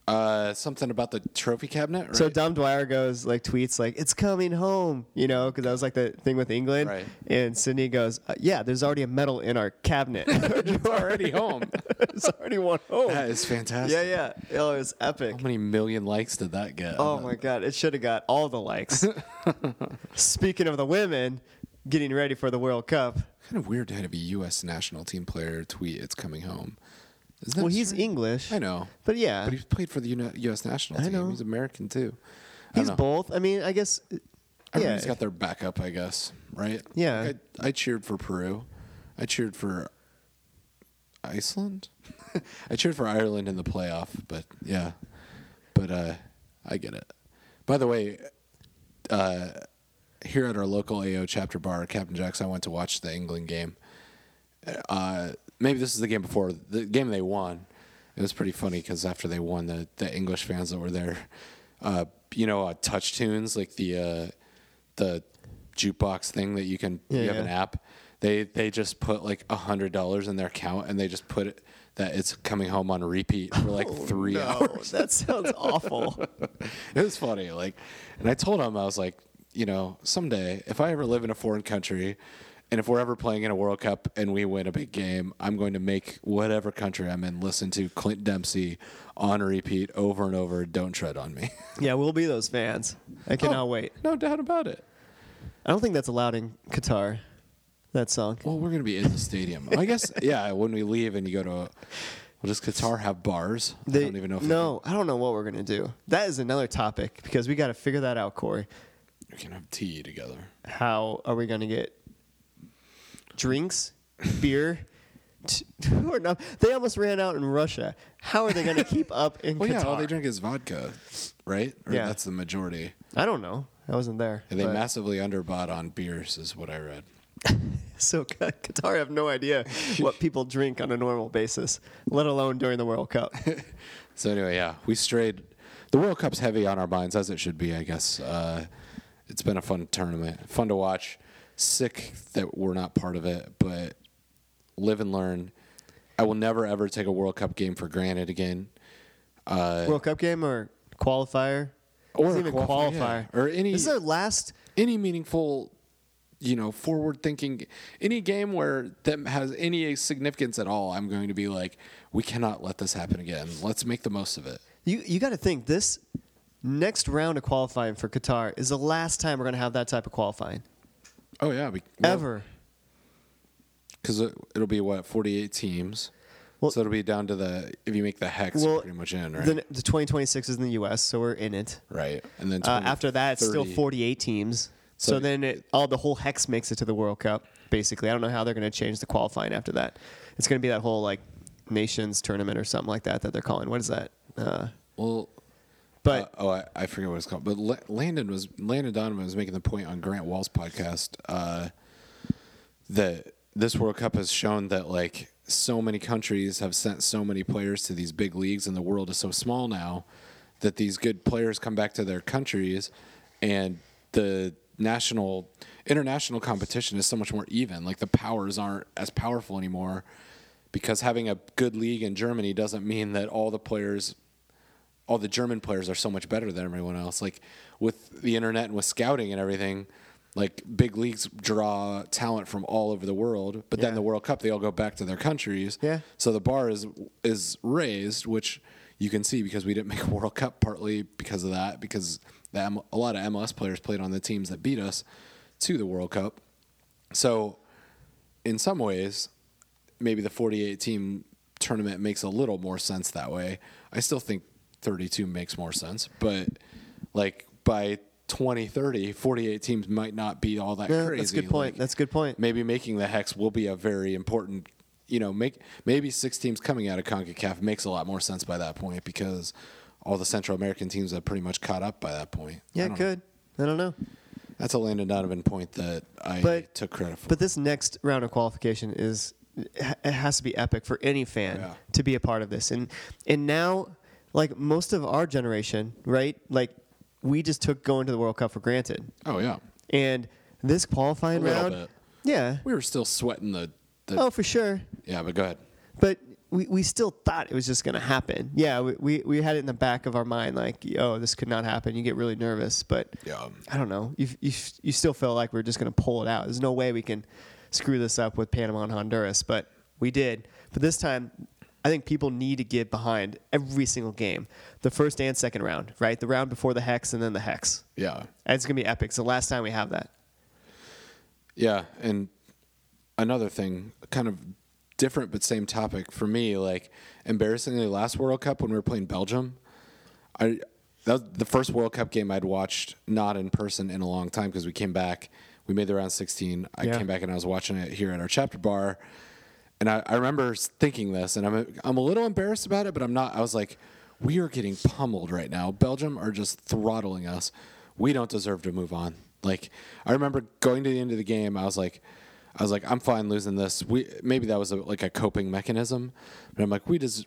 Speaker 1: uh, something about the trophy cabinet. Right?
Speaker 2: So Dom Dwyer goes like tweets like it's coming home, you know, because that was like the thing with England.
Speaker 1: Right.
Speaker 2: And Sydney goes, uh, yeah, there's already a medal in our cabinet.
Speaker 1: You're already home.
Speaker 2: there's already one home.
Speaker 1: That is fantastic.
Speaker 2: yeah, yeah. Oh, it was epic.
Speaker 1: How many million likes did that get?
Speaker 2: Oh my god, it should have got all the likes. Speaking of the women getting ready for the World Cup,
Speaker 1: Kind of weird to have a U.S. national team player tweet it's coming home. Isn't that
Speaker 2: well, he's
Speaker 1: strange?
Speaker 2: English.
Speaker 1: I know.
Speaker 2: But yeah,
Speaker 1: But he's played for the Uni- U.S. national
Speaker 2: Uh, I
Speaker 1: team.
Speaker 2: know.
Speaker 1: He's American too. I
Speaker 2: he's
Speaker 1: don't know.
Speaker 2: both. I mean, I guess. uh, Yeah,
Speaker 1: Everybody's got their backup, I guess. Right?
Speaker 2: Yeah.
Speaker 1: Like, I, I cheered for Peru. I cheered for Iceland. I cheered for Ireland in the playoff, but yeah. But uh, I get it. By the way, uh, here at our local AO chapter bar, Captain Jack's, I went to watch the England game. Uh, maybe this is the game before the game they won. It was pretty funny because after they won, the, the English fans that were there, uh, you know, uh, touch tunes like the uh, the jukebox thing that you can
Speaker 2: Yeah,
Speaker 1: you have an
Speaker 2: yeah.
Speaker 1: app. They they just put like a hundred dollars in their account and they just put it that it's coming home on repeat for like three
Speaker 2: Oh, no,
Speaker 1: hours.
Speaker 2: that sounds awful.
Speaker 1: It was funny. Like, and I told him I was like, you know, someday if I ever live in a foreign country, and if we're ever playing in a World Cup and we win a big game, I'm going to make whatever country I'm in listen to Clint Dempsey on repeat over and over. Don't tread on me.
Speaker 2: yeah, we'll be those fans. I cannot
Speaker 1: Oh.
Speaker 2: wait.
Speaker 1: No doubt about it.
Speaker 2: I don't think that's allowed in Qatar. That song.
Speaker 1: Well, we're gonna be in the stadium. I guess. Yeah, when we leave and you go to, well, does Qatar have bars?
Speaker 2: They-
Speaker 1: I don't even know. If we
Speaker 2: no, I don't know what we're gonna do. That is another topic because we got to figure that out, Corey.
Speaker 1: can- we can have tea together.
Speaker 2: How are we gonna get drinks, beer? t- or no, they almost ran out in Russia. How are they gonna keep up in
Speaker 1: Well,
Speaker 2: Qatar?
Speaker 1: yeah, all they drink is vodka, right? Or
Speaker 2: Yeah.
Speaker 1: that's the majority.
Speaker 2: I don't know. I wasn't there.
Speaker 1: And they
Speaker 2: but-
Speaker 1: massively underbought on beers, is what I read.
Speaker 2: So Q- Qatar have no idea what people drink on a normal basis, let alone during the World Cup.
Speaker 1: So anyway, yeah, we strayed. The World Cup's heavy on our minds, as it should be, I guess. Uh, it's been a fun tournament, fun to watch. Sick that we're not part of it, but live and learn. I will never ever take a World Cup game for granted again,
Speaker 2: World Cup game or qualifier?
Speaker 1: Or
Speaker 2: It's
Speaker 1: a
Speaker 2: even
Speaker 1: qualifier, yeah.
Speaker 2: qualifier
Speaker 1: Or any-
Speaker 2: This is our last.
Speaker 1: any meaningful, you know, forward thinking, any game where that has any significance at all. I'm going to be like, we cannot let this happen again. Let's make the most of it.
Speaker 2: You you got to think this next round of qualifying for Qatar is the last time we're going to have that type of qualifying
Speaker 1: Oh yeah, we,
Speaker 2: ever.
Speaker 1: because it, it'll be what 48 teams.
Speaker 2: Well-
Speaker 1: so it'll be down to the if you make the hex, you're pretty much in, right?
Speaker 2: The, the 2026 is in the U.S., so we're in it.
Speaker 1: right, and then
Speaker 2: Uh,
Speaker 1: 20,
Speaker 2: after that, it's still
Speaker 1: 30.
Speaker 2: 48 teams. So,
Speaker 1: So-
Speaker 2: then it, all the whole hex makes it to the World Cup. Basically, I don't know how they're going to change the qualifying after that. It's going to be that whole like nations tournament or something like that that they're calling. What is that? Uh,
Speaker 1: Well,
Speaker 2: but
Speaker 1: uh, oh, I, I forget what it's called. But La- Landon was Landon Donovan was making the point on Grant Wall's podcast uh, that this World Cup has shown that like so many countries have sent so many players to these big leagues, and the world is so small now that these good players come back to their countries, and the national international competition is so much more even. Like the powers aren't as powerful anymore. Because having a good league in Germany doesn't mean that all the players all the German players are so much better than everyone else. Like with the internet and with scouting and everything, like big leagues draw talent from all over the world. But then
Speaker 2: Yeah.
Speaker 1: the World Cup, they all go back to their countries.
Speaker 2: Yeah.
Speaker 1: So the bar is is raised, which you can see because we didn't make a World Cup partly because of that, because the M- a lot of MLS players played on the teams that beat us to the World Cup. So in some ways, maybe the 48 team tournament makes a little more sense that way. I still think 32 makes more sense, but like by 2030, 48 teams might not be all that
Speaker 2: yeah,
Speaker 1: crazy.
Speaker 2: that's a good point.
Speaker 1: Like,
Speaker 2: that's a good point.
Speaker 1: maybe making the hex will be a very important, you know, make maybe six teams coming out of CONCACAF makes a lot more sense by that point because all the Central American teams have pretty much caught up by that point. I
Speaker 2: Yeah,
Speaker 1: don't know.
Speaker 2: good. I don't know.
Speaker 1: That's a Landon Donovan point that I
Speaker 2: But-
Speaker 1: took credit for.
Speaker 2: But this next round of qualification is it has to be epic for any fan
Speaker 1: Yeah.
Speaker 2: to be a part of this. And and now like most of our generation, right? Like we just took going to the World Cup for granted.
Speaker 1: oh yeah.
Speaker 2: And this qualifying
Speaker 1: A little
Speaker 2: round,
Speaker 1: bit.
Speaker 2: yeah.
Speaker 1: We were still sweating the, the
Speaker 2: Oh, for sure.
Speaker 1: Yeah, but go ahead.
Speaker 2: But we, we still thought it was just going to happen. Yeah, we, we, we had it in the back of our mind like, oh, this could not happen. You get really nervous. But
Speaker 1: Yeah.
Speaker 2: I don't know. You, you, you still feel like we're just going to pull it out. There's no way we can screw this up with Panama and Honduras, but we did. But this time, I think people need to get behind every single game the first and second round, right? The round before the hex and then the hex.
Speaker 1: Yeah.
Speaker 2: It's going to be epic. It's the last time we have that.
Speaker 1: Yeah. And another thing, kind of different but same topic for me, like embarrassingly last World Cup when we were playing Belgium, I that was the first World Cup game I'd watched not in person in a long time because we came back, we made the round 16. I
Speaker 2: Yeah.
Speaker 1: came back and I was watching it here at our chapter bar. And I, I remember s- thinking this, and I'm I'm a little embarrassed about it, but I'm not. I was like, we are getting pummeled right now. Belgium are just throttling us. We don't deserve to move on. Like I remember going to the end of the game, I was like, I was like, I'm fine losing this. We maybe that was a, like a coping mechanism, but I'm like, we just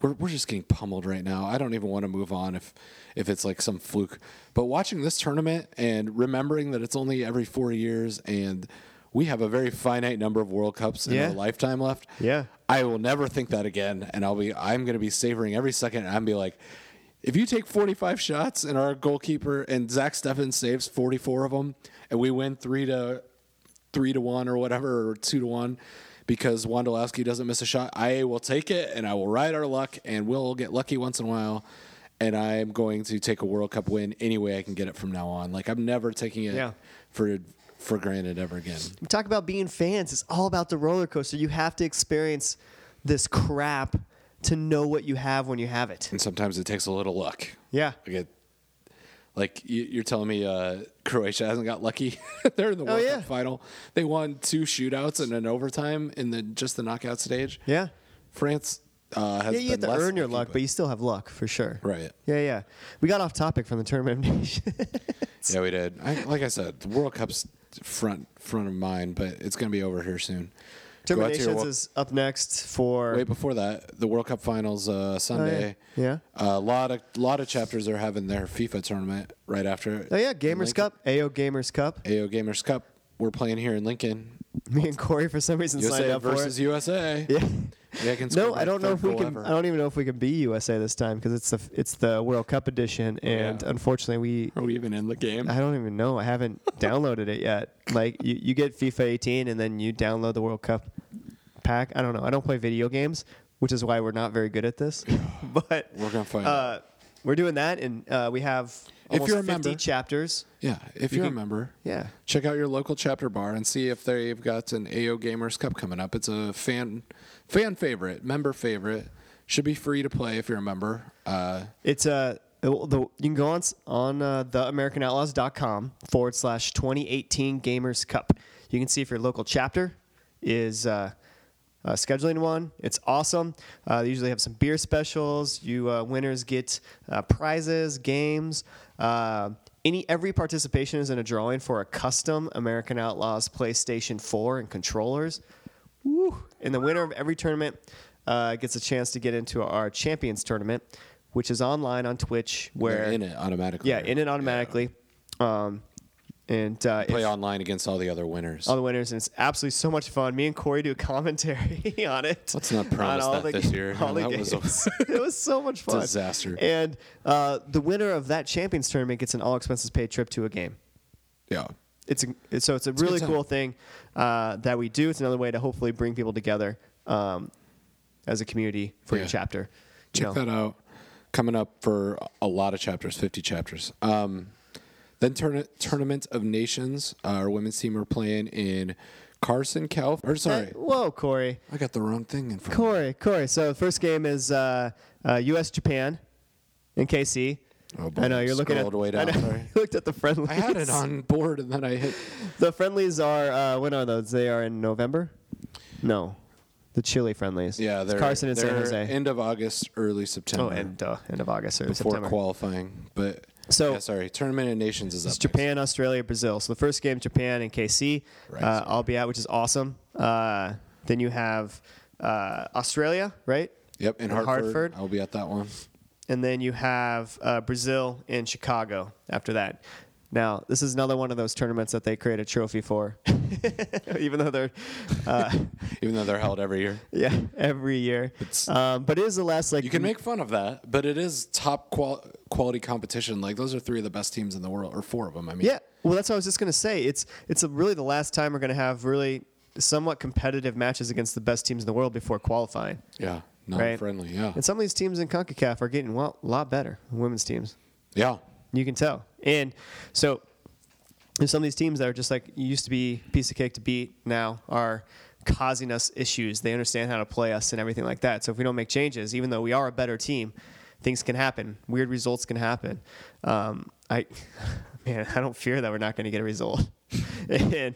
Speaker 1: we're, we're just getting pummeled right now. I don't even want to move on if if it's like some fluke. But watching this tournament and remembering that it's only every four years and we have a very finite number of World Cups in
Speaker 2: Yeah.
Speaker 1: our lifetime left.
Speaker 2: Yeah.
Speaker 1: I will never think that again, and I'll be I'm gonna be savoring every second. And I'm be like, if you take 45 shots and our goalkeeper and Zach Steffen saves 44 of them, and we win three to three to one or whatever or two to one because Wondolowski doesn't miss a shot, I will take it and I will ride our luck and we'll get lucky once in a while. And I'm going to take a World Cup win any way I can get it from now on. Like I'm never taking it
Speaker 2: Yeah.
Speaker 1: for for granted ever again.
Speaker 2: We talk about being fans. It's all about the roller coaster. You have to experience this crap to know what you have when you have it.
Speaker 1: And sometimes it takes a little luck.
Speaker 2: Yeah.
Speaker 1: Like, it, like you, you're telling me uh, Croatia hasn't got lucky. They're in the World
Speaker 2: Oh, yeah.
Speaker 1: Cup final. They won two shootouts and an overtime in the just the knockout stage.
Speaker 2: Yeah.
Speaker 1: France uh, has
Speaker 2: Yeah, you
Speaker 1: been
Speaker 2: have to
Speaker 1: less
Speaker 2: earn your
Speaker 1: lucky,
Speaker 2: luck, but you still have luck for sure.
Speaker 1: Right.
Speaker 2: Yeah, yeah. We got off topic from the tournament of nations.
Speaker 1: yeah, we did. I, like I said, the World Cup's front front of mind, but it's going to be over here soon. Go out to your
Speaker 2: Terminations
Speaker 1: wo-
Speaker 2: is up next for.
Speaker 1: Wait, before that, the World Cup finals uh,
Speaker 2: Oh, yeah.
Speaker 1: Sunday.
Speaker 2: Yeah.
Speaker 1: A lot of lot of chapters are having their FIFA tournament right after. it.
Speaker 2: Oh yeah,
Speaker 1: In
Speaker 2: Gamers
Speaker 1: Lincoln.
Speaker 2: Cup, AO Gamers Cup.
Speaker 1: AO Gamers Cup. We're playing here in Lincoln.
Speaker 2: Me and Corey for some reason signed
Speaker 1: USA
Speaker 2: up for
Speaker 1: versus
Speaker 2: it.
Speaker 1: USA.
Speaker 2: Yeah.
Speaker 1: Yeah, I can score
Speaker 2: No,
Speaker 1: my
Speaker 2: I don't
Speaker 1: third
Speaker 2: know if we
Speaker 1: goal
Speaker 2: can.
Speaker 1: ever.
Speaker 2: I don't even know if we can be USA this time because it's the it's the World Cup edition, and
Speaker 1: Oh, Yeah.
Speaker 2: unfortunately we
Speaker 1: Are we even in the game?
Speaker 2: I don't even know. I haven't downloaded it yet. Like you, you get FIFA 18 and then you download the World Cup pack. I don't know. I don't play video games, which is why we're not very good at this. but
Speaker 1: We're gonna find
Speaker 2: uh, we're doing that, and uh, we have
Speaker 1: If
Speaker 2: almost
Speaker 1: you're a
Speaker 2: 50
Speaker 1: member-
Speaker 2: chapters.
Speaker 1: yeah, if
Speaker 2: you
Speaker 1: you,
Speaker 2: can-
Speaker 1: remember.
Speaker 2: Yeah.
Speaker 1: Check out your local chapter bar and see if they've got an AO Gamers Cup coming up. It's a fan fan favorite, member favorite. Should be free to play if you're a member. Uh,
Speaker 2: It's uh, the, the- you can go on s- on uh, theamericanoutlaws.com forward slash 2018 Gamers Cup. You can see if your local chapter is uh, uh, scheduling one. It's awesome. Uh, they usually have some beer specials. You uh, winners get uh, prizes, games. Uh, any every participation is in a drawing for a custom American Outlaws PlayStation 4 and controllers. Woo. And the winner of every tournament uh, gets a chance to get into our Champions tournament, which is online on Twitch. Where
Speaker 1: they're in it automatically.
Speaker 2: yeah, in it automatically. Um, and uh,
Speaker 1: Play
Speaker 2: if-
Speaker 1: online against all the other winners.
Speaker 2: all the winners, and it's absolutely so much fun. Me and Corey do a commentary on it.
Speaker 1: Let's not
Speaker 2: on
Speaker 1: promise
Speaker 2: all
Speaker 1: that
Speaker 2: the-
Speaker 1: this year.
Speaker 2: all the
Speaker 1: That was a-
Speaker 2: games. it was so much fun.
Speaker 1: Disaster.
Speaker 2: And uh, the winner of that Champions tournament gets an all expenses paid trip to a game.
Speaker 1: yeah.
Speaker 2: It's a, so it's a really
Speaker 1: time.
Speaker 2: cool thing uh, that we do. It's another way to hopefully bring people together um, as a community for
Speaker 1: Yeah.
Speaker 2: your chapter. you
Speaker 1: Check
Speaker 2: know.
Speaker 1: that out. Coming up for a lot of chapters, 50 chapters. Um, then tourna- Tournament of Nations. Our women's team are playing in Carson, Cal. Or
Speaker 2: Uh,
Speaker 1: sorry,
Speaker 2: whoa, Corey.
Speaker 1: I got the wrong thing in front. of me.
Speaker 2: Corey, Corey. So the first game is uh, uh, U.S. Japan in KC.
Speaker 1: Oh, boy.
Speaker 2: I know you're looking at.
Speaker 1: Scrolled way down,
Speaker 2: I know,
Speaker 1: sorry.
Speaker 2: you looked at the friendlies.
Speaker 1: I had it on board and then I hit.
Speaker 2: The friendlies are uh, when are those? They are in November. No, the Chile friendlies.
Speaker 1: Yeah,
Speaker 2: It's
Speaker 1: they're
Speaker 2: Carson and San
Speaker 1: they're
Speaker 2: Jose.
Speaker 1: End of August, early September.
Speaker 2: oh, and uh, end of August or
Speaker 1: before
Speaker 2: September.
Speaker 1: qualifying, but
Speaker 2: So-
Speaker 1: yeah, sorry, Tournament of Nations is up.
Speaker 2: It's
Speaker 1: next.
Speaker 2: Japan, Australia, Brazil. So the first game, Japan and KC.
Speaker 1: Right.
Speaker 2: Uh, I'll be out, which is awesome. Uh, then you have uh, Australia, right?
Speaker 1: Yep, in
Speaker 2: In
Speaker 1: Hartford,
Speaker 2: Hartford.
Speaker 1: I'll be at that one.
Speaker 2: and then you have uh, Brazil and Chicago after that. Now, this is another one of those tournaments that they create a trophy for, even though they're, uh,
Speaker 1: Even though they're held every year,
Speaker 2: yeah, every year.
Speaker 1: It's-
Speaker 2: Um, but it is the last like
Speaker 1: you can make fun of that, but it is top qual- quality competition. Like those are three of the best teams in the world, or four of them. I mean,
Speaker 2: Yeah, well, that's what I was just gonna say. It's it's a, really the last time we're gonna have really somewhat competitive matches against the best teams in the world before qualifying.
Speaker 1: yeah,
Speaker 2: Right.
Speaker 1: non-friendly. Yeah,
Speaker 2: And some of these teams in Concacaf are getting well, a lot better. Women's teams.
Speaker 1: yeah,
Speaker 2: You can tell. And so there's some of these teams that are just like used to be piece of cake to beat now are causing us issues. They understand how to play us and everything like that. So if we don't make changes, even though we are a better team, things can happen. Weird results can happen. Um, I man, I don't fear that we're not going to get a result. and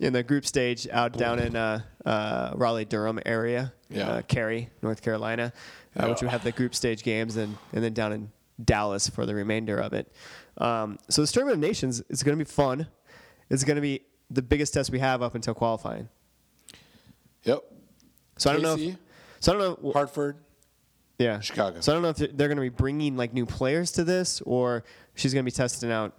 Speaker 2: in the group stage out down in uh, uh, Raleigh Durham area,
Speaker 1: Yeah.
Speaker 2: uh, Cary, North Carolina, uh, which we have the group stage games and, and then down in Dallas for the remainder of it. Um, so this tournament of nations is going to be fun. It's going to be the biggest test we have up until qualifying.
Speaker 1: yep.
Speaker 2: So I don't know.
Speaker 1: KC?
Speaker 2: If, so I don't know. wh-
Speaker 1: Hartford,
Speaker 2: yeah,
Speaker 1: Chicago.
Speaker 2: So I don't know if they're- they're going to be bringing like new players to this, or she's going to be testing out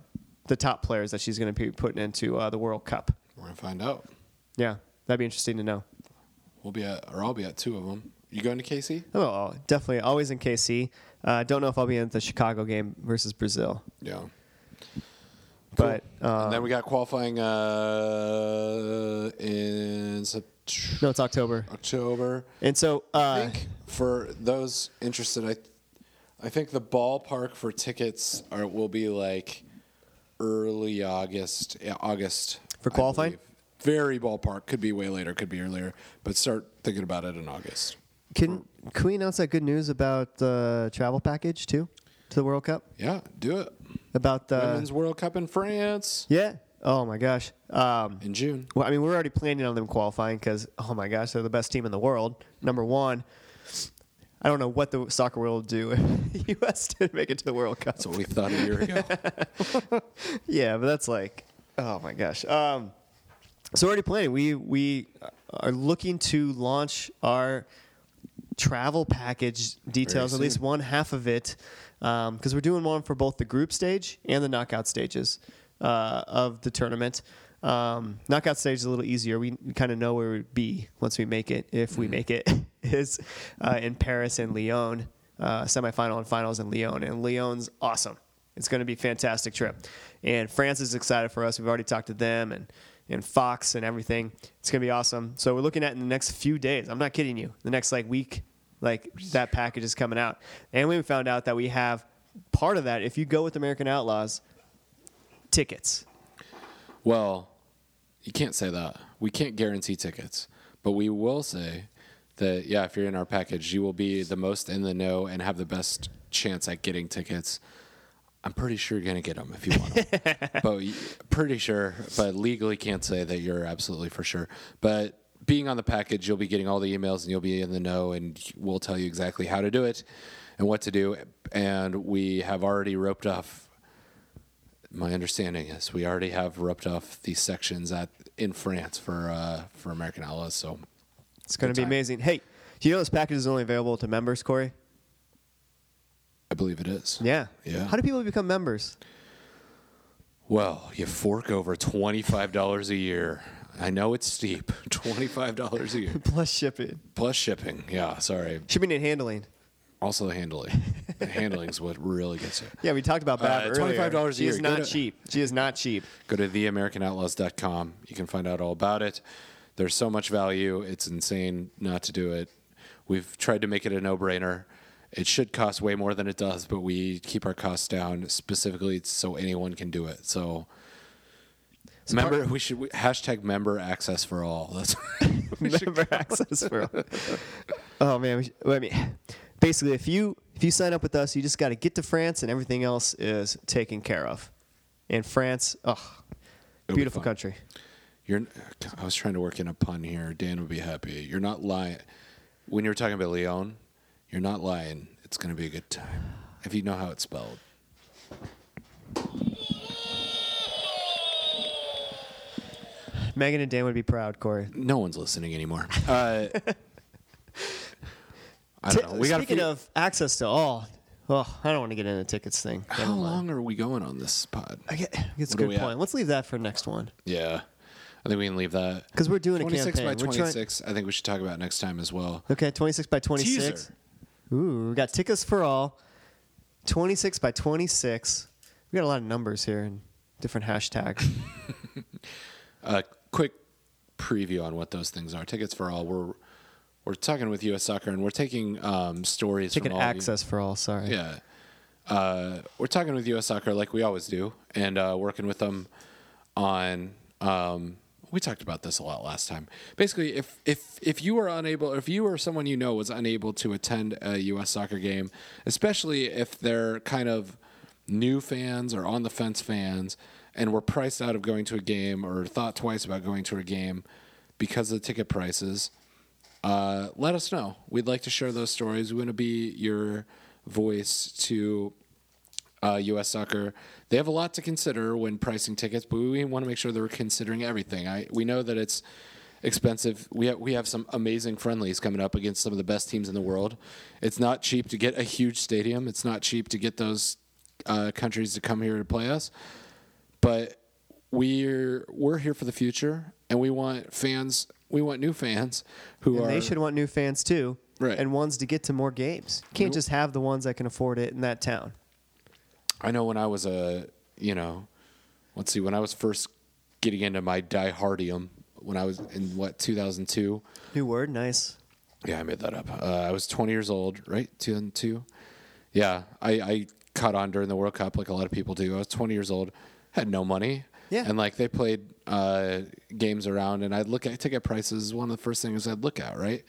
Speaker 2: the top players that she's going to be putting into uh, the World Cup.
Speaker 1: we're gonna find out.
Speaker 2: Yeah, that'd be interesting to know.
Speaker 1: We'll be at, or I'll be at two of them. You going to KC?
Speaker 2: Oh, definitely always in KC. Uh, don't know if I'll be in the Chicago game versus Brazil,
Speaker 1: Yeah.
Speaker 2: but
Speaker 1: Cool.
Speaker 2: uh,
Speaker 1: and then we got qualifying uh, in Sep-
Speaker 2: no, it's October.
Speaker 1: October.
Speaker 2: And so, uh,
Speaker 1: I think for those interested, I I think the ballpark for tickets are will be like early August. yeah, August
Speaker 2: For
Speaker 1: I
Speaker 2: qualifying?
Speaker 1: believe. Very ballpark. Could be way later. Could be earlier. But start thinking about it in August.
Speaker 2: can can we announce that good news about the travel package too to the World Cup?
Speaker 1: Yeah, do it.
Speaker 2: About the
Speaker 1: Women's World Cup in France
Speaker 2: yeah. Oh my gosh. Um,
Speaker 1: in June.
Speaker 2: Well, I mean, we're already planning on them qualifying because, oh my gosh, they're the best team in the world. Number one, I don't know what the soccer world would do if the U.S. didn't make it to the World Cup.
Speaker 1: That's what we thought a year ago.
Speaker 2: Yeah, but that's like, Oh my gosh. Um, so we're already planning. We we are looking to launch our travel package details,
Speaker 1: Very
Speaker 2: at least
Speaker 1: soon.
Speaker 2: one half of it, because we're doing one for both the group stage and the knockout stages uh, of the tournament. Um, knockout stage is a little easier. We kind of know where we'd be once we make it, if we make it, is uh, in Paris and Lyon, uh, semifinal and finals in Lyon. And Lyon's awesome. It's going to be a fantastic trip. And France is excited for us. We've already talked to them and, and Fox and everything. It's going to be awesome. So we're looking at in the next few days. I'm not kidding you. The next like week, like that package is coming out. And we found out that we have part of that. If you go with American Outlaws, tickets.
Speaker 1: Well, you can't say that. We can't guarantee tickets, but we will say that yeah, if you're in our package, you will be the most in the know and have the best chance at getting tickets. I'm pretty sure you're gonna get them if you want them, but y- pretty sure, but legally can't say that you're absolutely for sure. But being on the package, you'll be getting all the emails and you'll be in the know, and we'll tell you exactly how to do it and what to do. And we have already roped off my understanding is we already have roped off these sections at in France for uh, for American Outlaws. So
Speaker 2: It's going
Speaker 1: Good
Speaker 2: to be
Speaker 1: time.
Speaker 2: amazing. Hey, you know this package is only available to members, Corey?
Speaker 1: I believe it is.
Speaker 2: Yeah.
Speaker 1: Yeah.
Speaker 2: How do people become members?
Speaker 1: Well, you fork over twenty five dollars a year. I know it's steep, twenty five dollars a year
Speaker 2: Plus shipping.
Speaker 1: plus shipping. Yeah, sorry.
Speaker 2: Shipping and handling.
Speaker 1: Also the handling. The handling's what really gets you.
Speaker 2: Yeah, we talked about Bab
Speaker 1: Uh,
Speaker 2: earlier.
Speaker 1: $25 a
Speaker 2: She
Speaker 1: year.
Speaker 2: is
Speaker 1: Go
Speaker 2: not
Speaker 1: to-
Speaker 2: cheap. She is not cheap.
Speaker 1: Go to theamericanoutlaws.com. You can find out all about it. There's so much value. It's insane not to do it. We've tried to make it a no brainer. It should cost way more than it does, but we keep our costs down specifically so anyone can do it. So, member, we should we, hashtag member access for all. That's
Speaker 2: member access for. oh man, we should, well, I mean, basically, if you if you sign up with us, you just got to get to France, and everything else is taken care of. And France, oh,
Speaker 1: be
Speaker 2: beautiful
Speaker 1: fun.
Speaker 2: country.
Speaker 1: You're. I was trying to work in a pun here. Dan would be happy. You're not lying. When you're talking about Leon, you're not lying. It's going to be a good time if you know how it's spelled.
Speaker 2: Megan and Dan would be proud, Corey.
Speaker 1: No one's listening anymore. Uh, I don't know. We got
Speaker 2: Speaking of access to all, oh, I don't want to get into the tickets thing. Never
Speaker 1: how
Speaker 2: mind.
Speaker 1: long are we going on this pod?
Speaker 2: I get,
Speaker 1: What
Speaker 2: it's a
Speaker 1: are
Speaker 2: good
Speaker 1: we at?
Speaker 2: point. Let's leave that for next one
Speaker 1: Yeah, I think we can leave that.
Speaker 2: because we're doing a
Speaker 1: 26
Speaker 2: campaign.
Speaker 1: by
Speaker 2: We're trying-
Speaker 1: 26. I think we should talk about next time as well.
Speaker 2: Okay, 26 by 26.
Speaker 1: Teaser.
Speaker 2: Ooh, we got tickets for all. 26 by 26. We got a lot of numbers here and different hashtags.
Speaker 1: a quick preview on what those things are. Tickets for all. We're we're talking with U.S. Soccer, and we're taking um, stories
Speaker 2: Ticket
Speaker 1: from all of you.
Speaker 2: access for all, sorry.
Speaker 1: Yeah. Uh, we're talking with U.S. Soccer like we always do, and uh, working with them on. Um, we talked about this a lot last time. Basically, if if if you are unable, if you or someone you know was unable to attend a U.S. Soccer game, especially if they're kind of new fans or on the fence fans, and were priced out of going to a game or thought twice about going to a game because of the ticket prices, uh, let us know. We'd like to share those stories. We want to be your voice to uh, U.S. soccer. They have a lot to consider when pricing tickets, but we want to make sure they're considering everything. I we know that it's expensive. We have, we have some amazing friendlies coming up against some of the best teams in the world. It's not cheap to get a huge stadium. It's not cheap to get those uh, countries to come here to play us but we're we're here for the future and we want fans we want new fans who
Speaker 2: And
Speaker 1: are
Speaker 2: they should want new fans too.
Speaker 1: Right.
Speaker 2: And ones to get to more games. You can't
Speaker 1: We-
Speaker 2: just have the ones that can afford it in that town.
Speaker 1: I know when I was a you know let's see when I was first getting into my diehardium when I was in what 2002
Speaker 2: New word, nice.
Speaker 1: yeah I made that up uh, I was 20 years old right 2002 yeah I I caught on during the World Cup like a lot of people do I was 20 years old had no money
Speaker 2: Yeah.
Speaker 1: and like they played uh, games around and I'd look at ticket prices one of the first things I'd look at right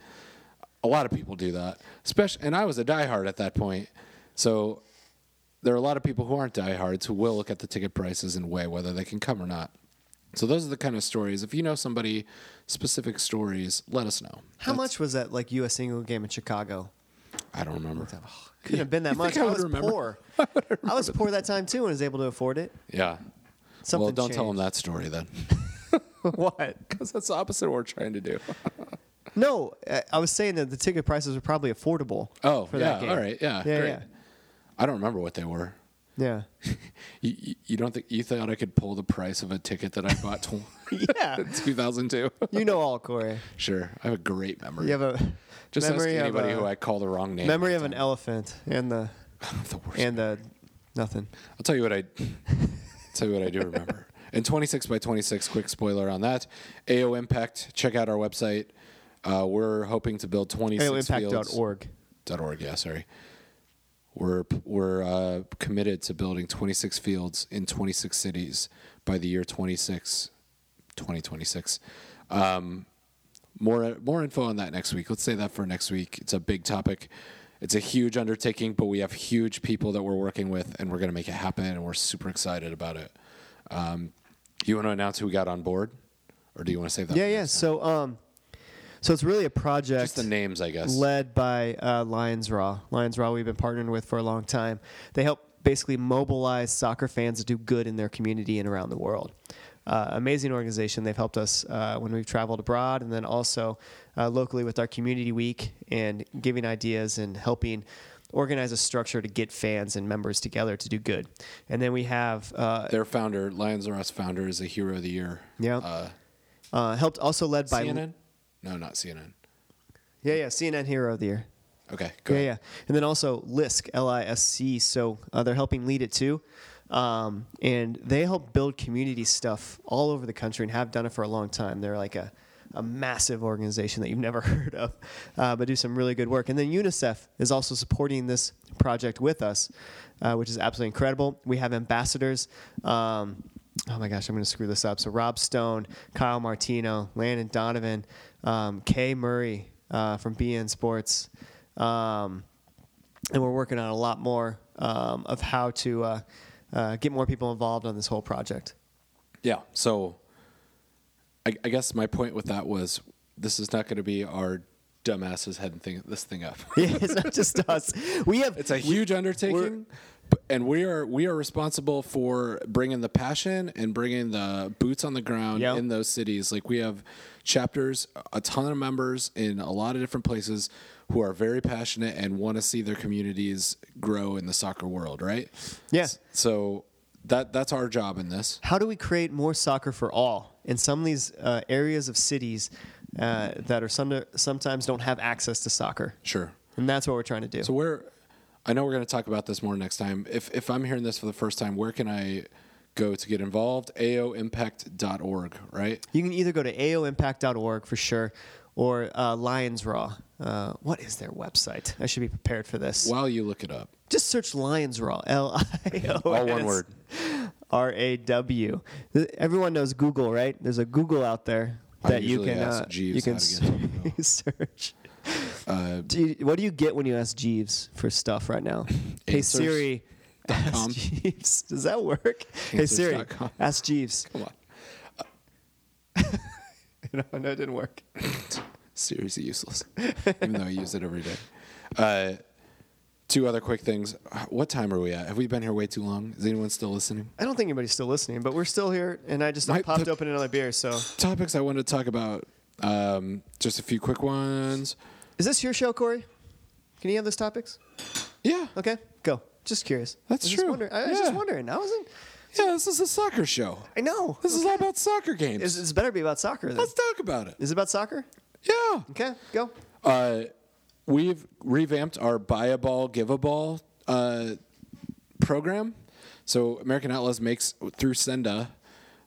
Speaker 1: a lot of people do that. Especially, and I was a diehard at that point, so there are a lot of people who aren't diehards who will look at the ticket prices and weigh whether they can come or not. So those are the kind of stories. If you know somebody, specific stories, let us know.
Speaker 2: How much was that like US England game in Chicago?
Speaker 1: I don't remember.
Speaker 2: Couldn't have been that
Speaker 1: You
Speaker 2: much.
Speaker 1: think I
Speaker 2: I,
Speaker 1: would
Speaker 2: was
Speaker 1: remember?
Speaker 2: poor. I was poor that time too and was able to afford it.
Speaker 1: Yeah,
Speaker 2: Something
Speaker 1: well, don't tell him
Speaker 2: changed.
Speaker 1: that story then,
Speaker 2: what?
Speaker 1: because that's the opposite of what we're trying to do.
Speaker 2: No, I- I was saying that the ticket prices were probably affordable.
Speaker 1: Oh,
Speaker 2: for
Speaker 1: yeah.
Speaker 2: that game.
Speaker 1: All right. Yeah.
Speaker 2: yeah,
Speaker 1: great.
Speaker 2: yeah,
Speaker 1: I don't remember what they were.
Speaker 2: yeah.
Speaker 1: You, you, you don't think you thought I could pull the price of a ticket that I bought to
Speaker 2: Yeah.
Speaker 1: 2002?
Speaker 2: You know all, Corey.
Speaker 1: sure. I have a great memory.
Speaker 2: You have a
Speaker 1: Just ask
Speaker 2: memory
Speaker 1: anybody
Speaker 2: of a,
Speaker 1: who I call the wrong name.
Speaker 2: memory of an elephant and the
Speaker 1: the worst.
Speaker 2: and the nothing.
Speaker 1: I'll tell you what I I'll tell you what I do remember. And 26 by 26, quick spoiler on that. AO Impact, check out our website. Uh, we're hoping to build 26 fields.
Speaker 2: AOImpact.org.
Speaker 1: dot org. Yeah, sorry. We're we're uh, committed to building 26 fields in 26 cities by the year 26, 2026. Um, more more info on that next week. Let's say that for next week. It's a big topic. It's a huge undertaking, but we have huge people that we're working with, and we're going to make it happen. And we're super excited about it. Um, you want to announce who we got on board, or do you want to save that?
Speaker 2: Yeah,
Speaker 1: for
Speaker 2: yeah.
Speaker 1: next time?
Speaker 2: So um, so it's really a project.
Speaker 1: Just the names, I guess.
Speaker 2: led by uh, Lions Raw. Lions Raw, we've been partnering with for a long time. They help basically mobilize soccer fans to do good in their community and around the world. Uh, amazing organization. They've helped us uh, when we've traveled abroad and then also uh, locally with our community week and giving ideas and helping organize a structure to get fans and members together to do good. And then we have uh,
Speaker 1: Their founder, Lions R Us founder, is a hero of the year.
Speaker 2: Yeah.
Speaker 1: Uh,
Speaker 2: uh, helped also led by
Speaker 1: CNN? No, not CNN.
Speaker 2: yeah yeah CNN Hero of the Year.
Speaker 1: Okay, go
Speaker 2: Yeah,
Speaker 1: ahead.
Speaker 2: yeah. And then also LISC, L I S C. So uh, they're helping lead it too. Um, and they help build community stuff all over the country and have done it for a long time. They're like a, a massive organization that you've never heard of, uh, but do some really good work. And then UNICEF is also supporting this project with us, uh, which is absolutely incredible. We have ambassadors. Um, oh my gosh, I'm going to screw this up. So Rob Stone, Kyle Martino, Landon Donovan, um, Kay Murray uh, from BN Sports. Um, and we're working on a lot more um, of how to uh, uh, get more people involved on this whole project.
Speaker 1: Yeah. So I, I guess my point with that was this is not going to be our dumbasses heading thing, this thing up.
Speaker 2: Yeah, it's not just us. We have
Speaker 1: It's a huge undertaking. b- And we are we are responsible for bringing the passion and bringing the boots on the ground
Speaker 2: Yeah.
Speaker 1: in those cities. Like we have chapters, a ton of members in a lot of different places who are very passionate and want to see their communities grow in the soccer world, right?
Speaker 2: Yeah.
Speaker 1: S- So that that's our job in this.
Speaker 2: how do we create more soccer for all in some of these uh, areas of cities uh, that are some, sometimes don't have access to soccer?
Speaker 1: Sure.
Speaker 2: And that's what we're trying to do.
Speaker 1: So where I know we're going to talk about this more next time. If if I'm hearing this for the first time, where can I go to get involved? aoimpact.org, right?
Speaker 2: you can either go to aoimpact.org for sure or uh, Lions Raw. Uh, what is their website? I should be prepared for this.
Speaker 1: While you look it up.
Speaker 2: Just search Lions Raw. L I O
Speaker 1: All one word.
Speaker 2: R A W. Th- Everyone knows Google, right? There's a Google out there
Speaker 1: I
Speaker 2: that you
Speaker 1: usually
Speaker 2: can
Speaker 1: ask
Speaker 2: uh,
Speaker 1: Jeeves
Speaker 2: you can
Speaker 1: how to get Uh, to
Speaker 2: s- search. Do you- what do you get when you ask Jeeves for stuff right now? hey
Speaker 1: Answers
Speaker 2: Siri, ask Jeeves. Does that work? Hey Siri,
Speaker 1: Answers dot com.
Speaker 2: ask Jeeves.
Speaker 1: Come on.
Speaker 2: no, no, it didn't work.
Speaker 1: Seriously useless. Even though I use it every day. Uh, two other quick things. What time are we at? Have we been here way too long? Is anyone still listening?
Speaker 2: I don't think anybody's still listening, but we're still here, and I just
Speaker 1: My-
Speaker 2: popped
Speaker 1: the-
Speaker 2: open another beer. So,
Speaker 1: Topics I wanted to talk about. Um, just a few quick ones.
Speaker 2: is this your show, Corey? Can you have those topics?
Speaker 1: Yeah.
Speaker 2: Okay, go. Just curious.
Speaker 1: That's
Speaker 2: I was
Speaker 1: true.
Speaker 2: Just wondering- I, I was just
Speaker 1: Yeah.
Speaker 2: wondering. I wasn't.
Speaker 1: Yeah, this is a soccer show.
Speaker 2: I know.
Speaker 1: This is all about soccer games.
Speaker 2: It's, it's better be about soccer. Then.
Speaker 1: Let's talk about it.
Speaker 2: Is it about soccer?
Speaker 1: Yeah.
Speaker 2: Okay, go.
Speaker 1: Uh, we've revamped our buy a ball, give a ball uh, program. So American Outlaws makes through Senda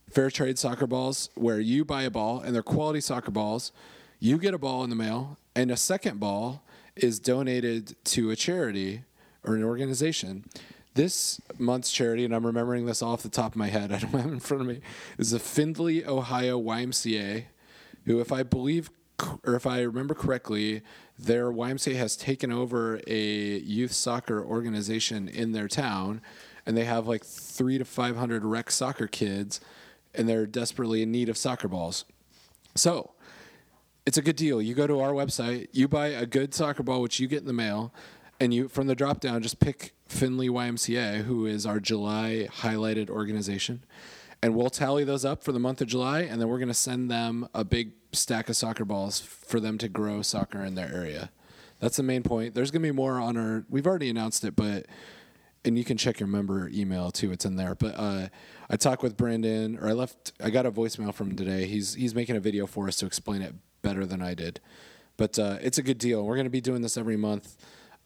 Speaker 1: fair trade soccer balls where you buy a ball and they're quality soccer balls. You get a ball in the mail and a second ball is donated to a charity or an organization. This month's charity, and I'm remembering this off the top of my head, I don't have it in front of me, is the Findlay, Ohio YMCA who, if I believe or if I remember correctly, their YMCA has taken over a youth soccer organization in their town, and they have like three to five hundred rec soccer kids, and they're desperately in need of soccer balls. So. It's a good deal. You go to our website, you buy a good soccer ball, which you get in the mail, and you from the drop down just pick Finley YMCA, who is our July highlighted organization, and we'll tally those up for the month of July, and then we're going to send them a big stack of soccer balls for them to grow soccer in their area. That's the main point. There's going to be more on our. We've already announced it, but and you can check your member email too. It's in there. But uh, I talked with Brandon, or I left. I got a voicemail from him today. He's he's making a video for us to explain it better than I did. But uh, it's a good deal. We're going to be doing this every month.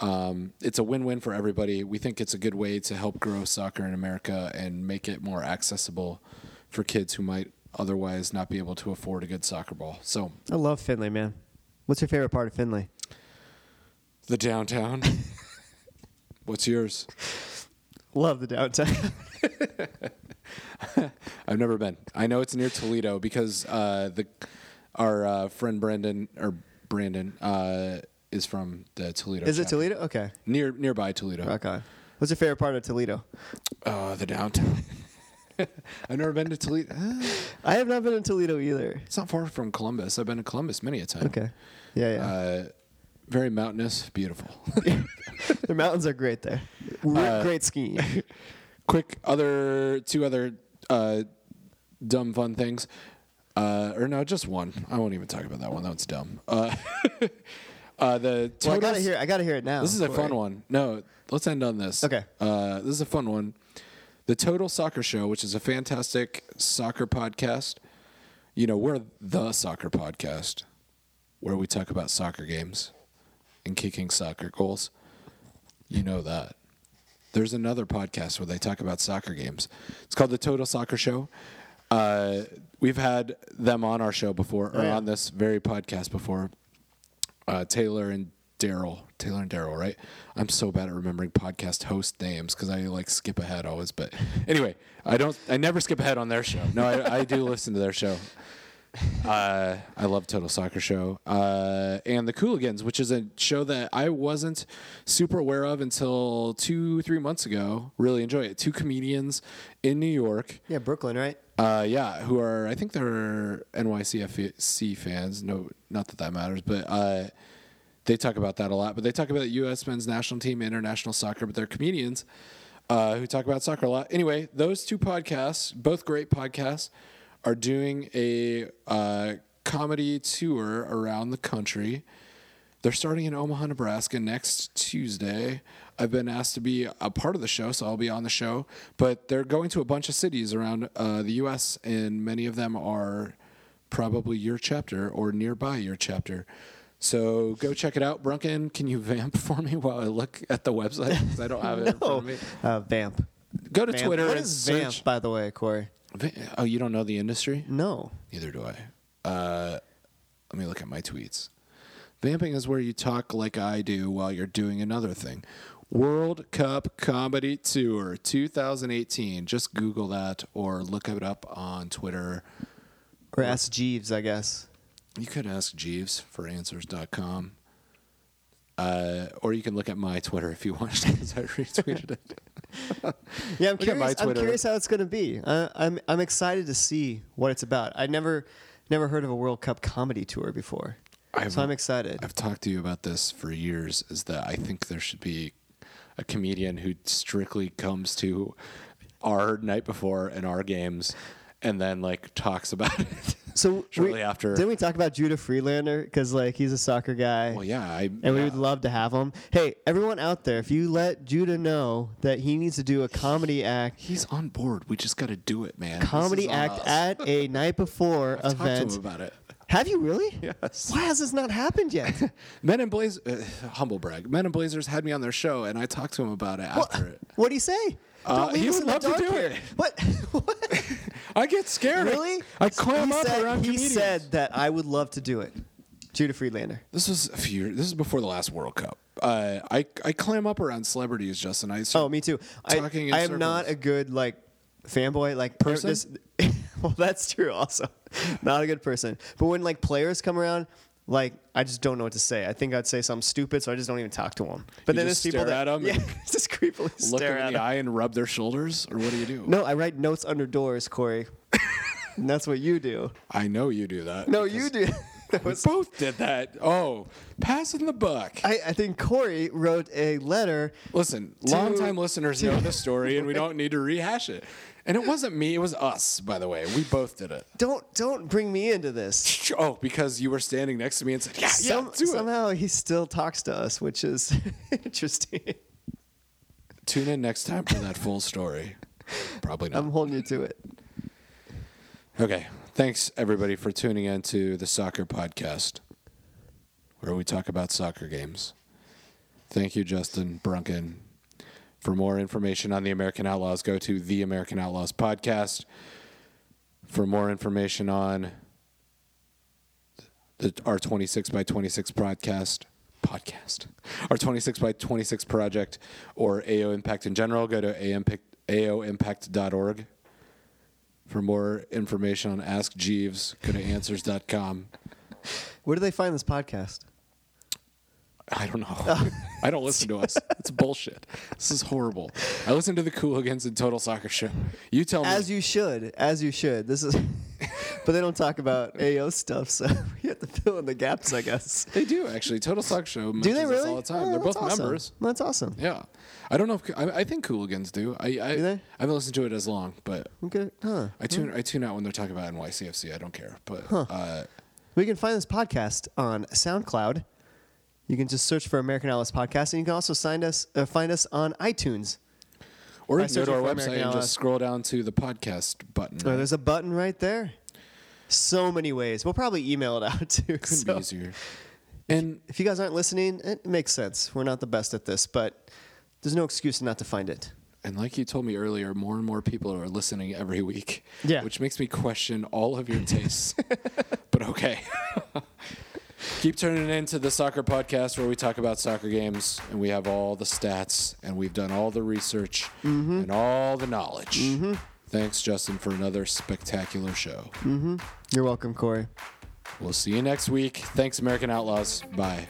Speaker 1: Um, it's a win-win for everybody. We think it's a good way to help grow soccer in America and make it more accessible for kids who might otherwise not be able to afford a good soccer ball. So
Speaker 2: I love Finley, man. What's your favorite part of Finley?
Speaker 1: the downtown. What's yours?
Speaker 2: Love the downtown.
Speaker 1: I've never been. I know it's near Toledo because uh, the our uh, friend Brandon or Brandon uh, is from the Toledo.
Speaker 2: Is it
Speaker 1: chapter.
Speaker 2: Toledo? Okay.
Speaker 1: Near nearby Toledo.
Speaker 2: Rock on. What's your favorite part of Toledo?
Speaker 1: Uh, the downtown. I've never been to Toledo. Uh,
Speaker 2: I have not been in Toledo either.
Speaker 1: It's not far from Columbus. I've been to Columbus many a time.
Speaker 2: Okay. Yeah, yeah.
Speaker 1: Uh, very mountainous, beautiful.
Speaker 2: the mountains are great there.
Speaker 1: Uh,
Speaker 2: Re- great skiing.
Speaker 1: Quick, other two other uh, dumb fun things, uh, or no, just one. I won't even talk about that one. That one's dumb. Uh, uh, the
Speaker 2: Well, I
Speaker 1: totals-
Speaker 2: gotta hear. I gotta hear it now.
Speaker 1: This is a
Speaker 2: Corey.
Speaker 1: fun one. No, let's end on this.
Speaker 2: Okay.
Speaker 1: Uh, this is a fun one. The Total Soccer Show, which is a fantastic soccer podcast. You know, we're the soccer podcast where we talk about soccer games and kicking soccer goals. You know that. There's another podcast where they talk about soccer games. It's called The Total Soccer Show. Uh, we've had them on our show before, or
Speaker 2: Oh, yeah.
Speaker 1: on this very podcast before uh, Taylor and Daryl. Taylor and Daryl, right? I'm so bad at remembering podcast host names because I like skip ahead always. But anyway, I don't. I never skip ahead on their show. No, I, I do listen to their show. Uh, I love Total Soccer Show uh, and the Cooligans, which is a show that I wasn't super aware of until two, three months ago. Really enjoy it. Two comedians in New York.
Speaker 2: Yeah, Brooklyn, right?
Speaker 1: Uh, yeah, who are I think they're NYCFC E fans. No, not that that matters, but uh, they talk about that a lot. But they talk about U.S. men's national team, international soccer. But they're comedians uh, who talk about soccer a lot. Anyway, those two podcasts, both great podcasts, are doing a uh, comedy tour around the country. They're starting in Omaha, Nebraska next Tuesday. I've been asked to be a part of the show, so I'll be on the show. But they're going to a bunch of cities around uh, the U.S., and many of them are probably your chapter or nearby your chapter. So go check it out. Brunken, can you vamp for me while I look at the website? 'Cause I don't have it in front
Speaker 2: Oh,
Speaker 1: of me.
Speaker 2: uh, Vamp.
Speaker 1: Go to
Speaker 2: Vamp.
Speaker 1: Twitter
Speaker 2: What
Speaker 1: and
Speaker 2: is
Speaker 1: search.
Speaker 2: Vamp, by the way, Corey?
Speaker 1: Va- Oh, you don't know the industry?
Speaker 2: No.
Speaker 1: Neither do I. Uh, let me look at my tweets. Vamping is where you talk like I do while you're doing another thing. World Cup Comedy Tour 2018. Just Google that or look it up on Twitter.
Speaker 2: Or ask Jeeves, I guess.
Speaker 1: You could ask Jeeves for answers.com. Uh, or you can look at my Twitter if you want because I retweeted it.
Speaker 2: Yeah, I'm
Speaker 1: Look at my
Speaker 2: curious. I'm
Speaker 1: Twitter.
Speaker 2: curious how it's going to be. Uh, I'm I'm excited to see what it's about. I never never heard of a World Cup comedy tour before,
Speaker 1: I've-
Speaker 2: so I'm excited.
Speaker 1: I've talked to you about this for years is that I think there should be a comedian who strictly comes to our night before and our games and then like talks about it.
Speaker 2: so
Speaker 1: shortly
Speaker 2: we-
Speaker 1: after-
Speaker 2: didn't we talk about Judah Freelander because like he's a soccer guy.
Speaker 1: well, yeah, I uh,
Speaker 2: And we
Speaker 1: yeah.
Speaker 2: would love to have him. Hey, everyone out there, if you let Judah know that he needs to do a comedy act,
Speaker 1: he's on board. We just got to do it, man. This
Speaker 2: comedy
Speaker 1: is on
Speaker 2: act
Speaker 1: us.
Speaker 2: at a night before
Speaker 1: I've talked to him
Speaker 2: event.
Speaker 1: about it.
Speaker 2: Have you really?
Speaker 1: Yes.
Speaker 2: Why has this not happened yet?
Speaker 1: Men and Blazers, uh, humble brag. Men and Blazers had me on their show, and I talked to him about it after it.
Speaker 2: what do you say?
Speaker 1: Uh,
Speaker 2: Don't leave
Speaker 1: he
Speaker 2: us
Speaker 1: would
Speaker 2: in the
Speaker 1: love to
Speaker 2: dark
Speaker 1: do
Speaker 2: here.
Speaker 1: it.
Speaker 2: What? what?
Speaker 1: I get scared.
Speaker 2: Really?
Speaker 1: I clam
Speaker 2: He
Speaker 1: up
Speaker 2: said-
Speaker 1: around
Speaker 2: He
Speaker 1: comedians.
Speaker 2: said that I would love to do it. Judah Friedlander.
Speaker 1: This was a few. This is before the last World Cup. Uh, I I clam up around celebrities, Justin. I
Speaker 2: Oh, me too. I,
Speaker 1: Talking in
Speaker 2: I am not
Speaker 1: circles.
Speaker 2: a good like fanboy like there-
Speaker 1: Person?
Speaker 2: this- well, that's true. Also, not a good person. But when like players come around, like I just don't know what to say. I think I'd say something stupid, so I just don't even talk to them. But
Speaker 1: You
Speaker 2: then
Speaker 1: just
Speaker 2: there's people
Speaker 1: stare
Speaker 2: that
Speaker 1: at 'em
Speaker 2: yeah,
Speaker 1: and
Speaker 2: just creepily
Speaker 1: look
Speaker 2: stare
Speaker 1: them
Speaker 2: at
Speaker 1: in the
Speaker 2: 'em.
Speaker 1: eye and rub their shoulders, or what do you do?
Speaker 2: No, I write notes under doors, Corey. and that's what you do.
Speaker 1: I know you do that.
Speaker 2: No,
Speaker 1: because
Speaker 2: you do. That
Speaker 1: We
Speaker 2: was
Speaker 1: both did that. Oh, passing the buck.
Speaker 2: I, I think Corey wrote a letter
Speaker 1: Listen, longtime listeners know the story, and we don't need to rehash it. And it wasn't me, it was us, by the way. We both did it.
Speaker 2: Don't don't bring me into this.
Speaker 1: Oh, because you were standing next to me and said, Yeah,
Speaker 2: Some-
Speaker 1: yeah, do it.
Speaker 2: somehow he still talks to us, which is interesting.
Speaker 1: Tune in next time for that full story. Probably not.
Speaker 2: I'm holding you to it.
Speaker 1: Okay. Thanks, everybody, for tuning in to the Soccer Podcast, where we talk about soccer games. Thank you, Justin Brunken. For more information on the American Outlaws, go to the American Outlaws Podcast. For more information on the, our 26 by 26 podcast, podcast, our 26 by 26 project, or AO Impact in general, go to AOImpact, aoimpact.org. For more information on Ask Jeeves, go to answers.com.
Speaker 2: Where do they find this podcast?
Speaker 1: I don't know. I don't listen to us. It's bullshit. This is horrible. I listen to the Cooligans and Total Soccer Show. You tell me.
Speaker 2: As you should, as you should. This is, but they don't talk about AO stuff, so we have to fill in the gaps, I guess.
Speaker 1: they do, actually. Total Soccer Show
Speaker 2: Do they
Speaker 1: mentions us
Speaker 2: really?
Speaker 1: all the time.
Speaker 2: Oh,
Speaker 1: They're both
Speaker 2: that's awesome.
Speaker 1: members.
Speaker 2: That's awesome.
Speaker 1: Yeah. I don't know if, I, I think Cooligans do. I, I,
Speaker 2: Do they? Hmm.
Speaker 1: I haven't listened to it as long, but
Speaker 2: Okay, huh?
Speaker 1: I tune, I tune out when they're talking about NYCFC. I don't care. But uh,
Speaker 2: We can find this podcast on SoundCloud. You can just search for American Outlaws Podcast, and you can also sign us, uh, find us on iTunes.
Speaker 1: Or
Speaker 2: By
Speaker 1: you can go to
Speaker 2: searching
Speaker 1: our
Speaker 2: for
Speaker 1: website
Speaker 2: American
Speaker 1: and
Speaker 2: Outlaws.
Speaker 1: just scroll down to the podcast button.
Speaker 2: Oh, there's a button right there. So many ways. We'll probably email it out too.
Speaker 1: Couldn't
Speaker 2: so-
Speaker 1: be easier. And
Speaker 2: If you guys aren't listening, it makes sense. We're not the best at this, but there's no excuse not to find it.
Speaker 1: And like you told me earlier, more and more people are listening every week.
Speaker 2: Yeah.
Speaker 1: Which makes me question all of your tastes. but okay. Keep turning into the soccer podcast where we talk about soccer games and we have all the stats and we've done all the research and all the knowledge. Thanks, Justin, for another spectacular show.
Speaker 2: You're welcome, Corey.
Speaker 1: We'll see you next week. Thanks, American Outlaws. Bye.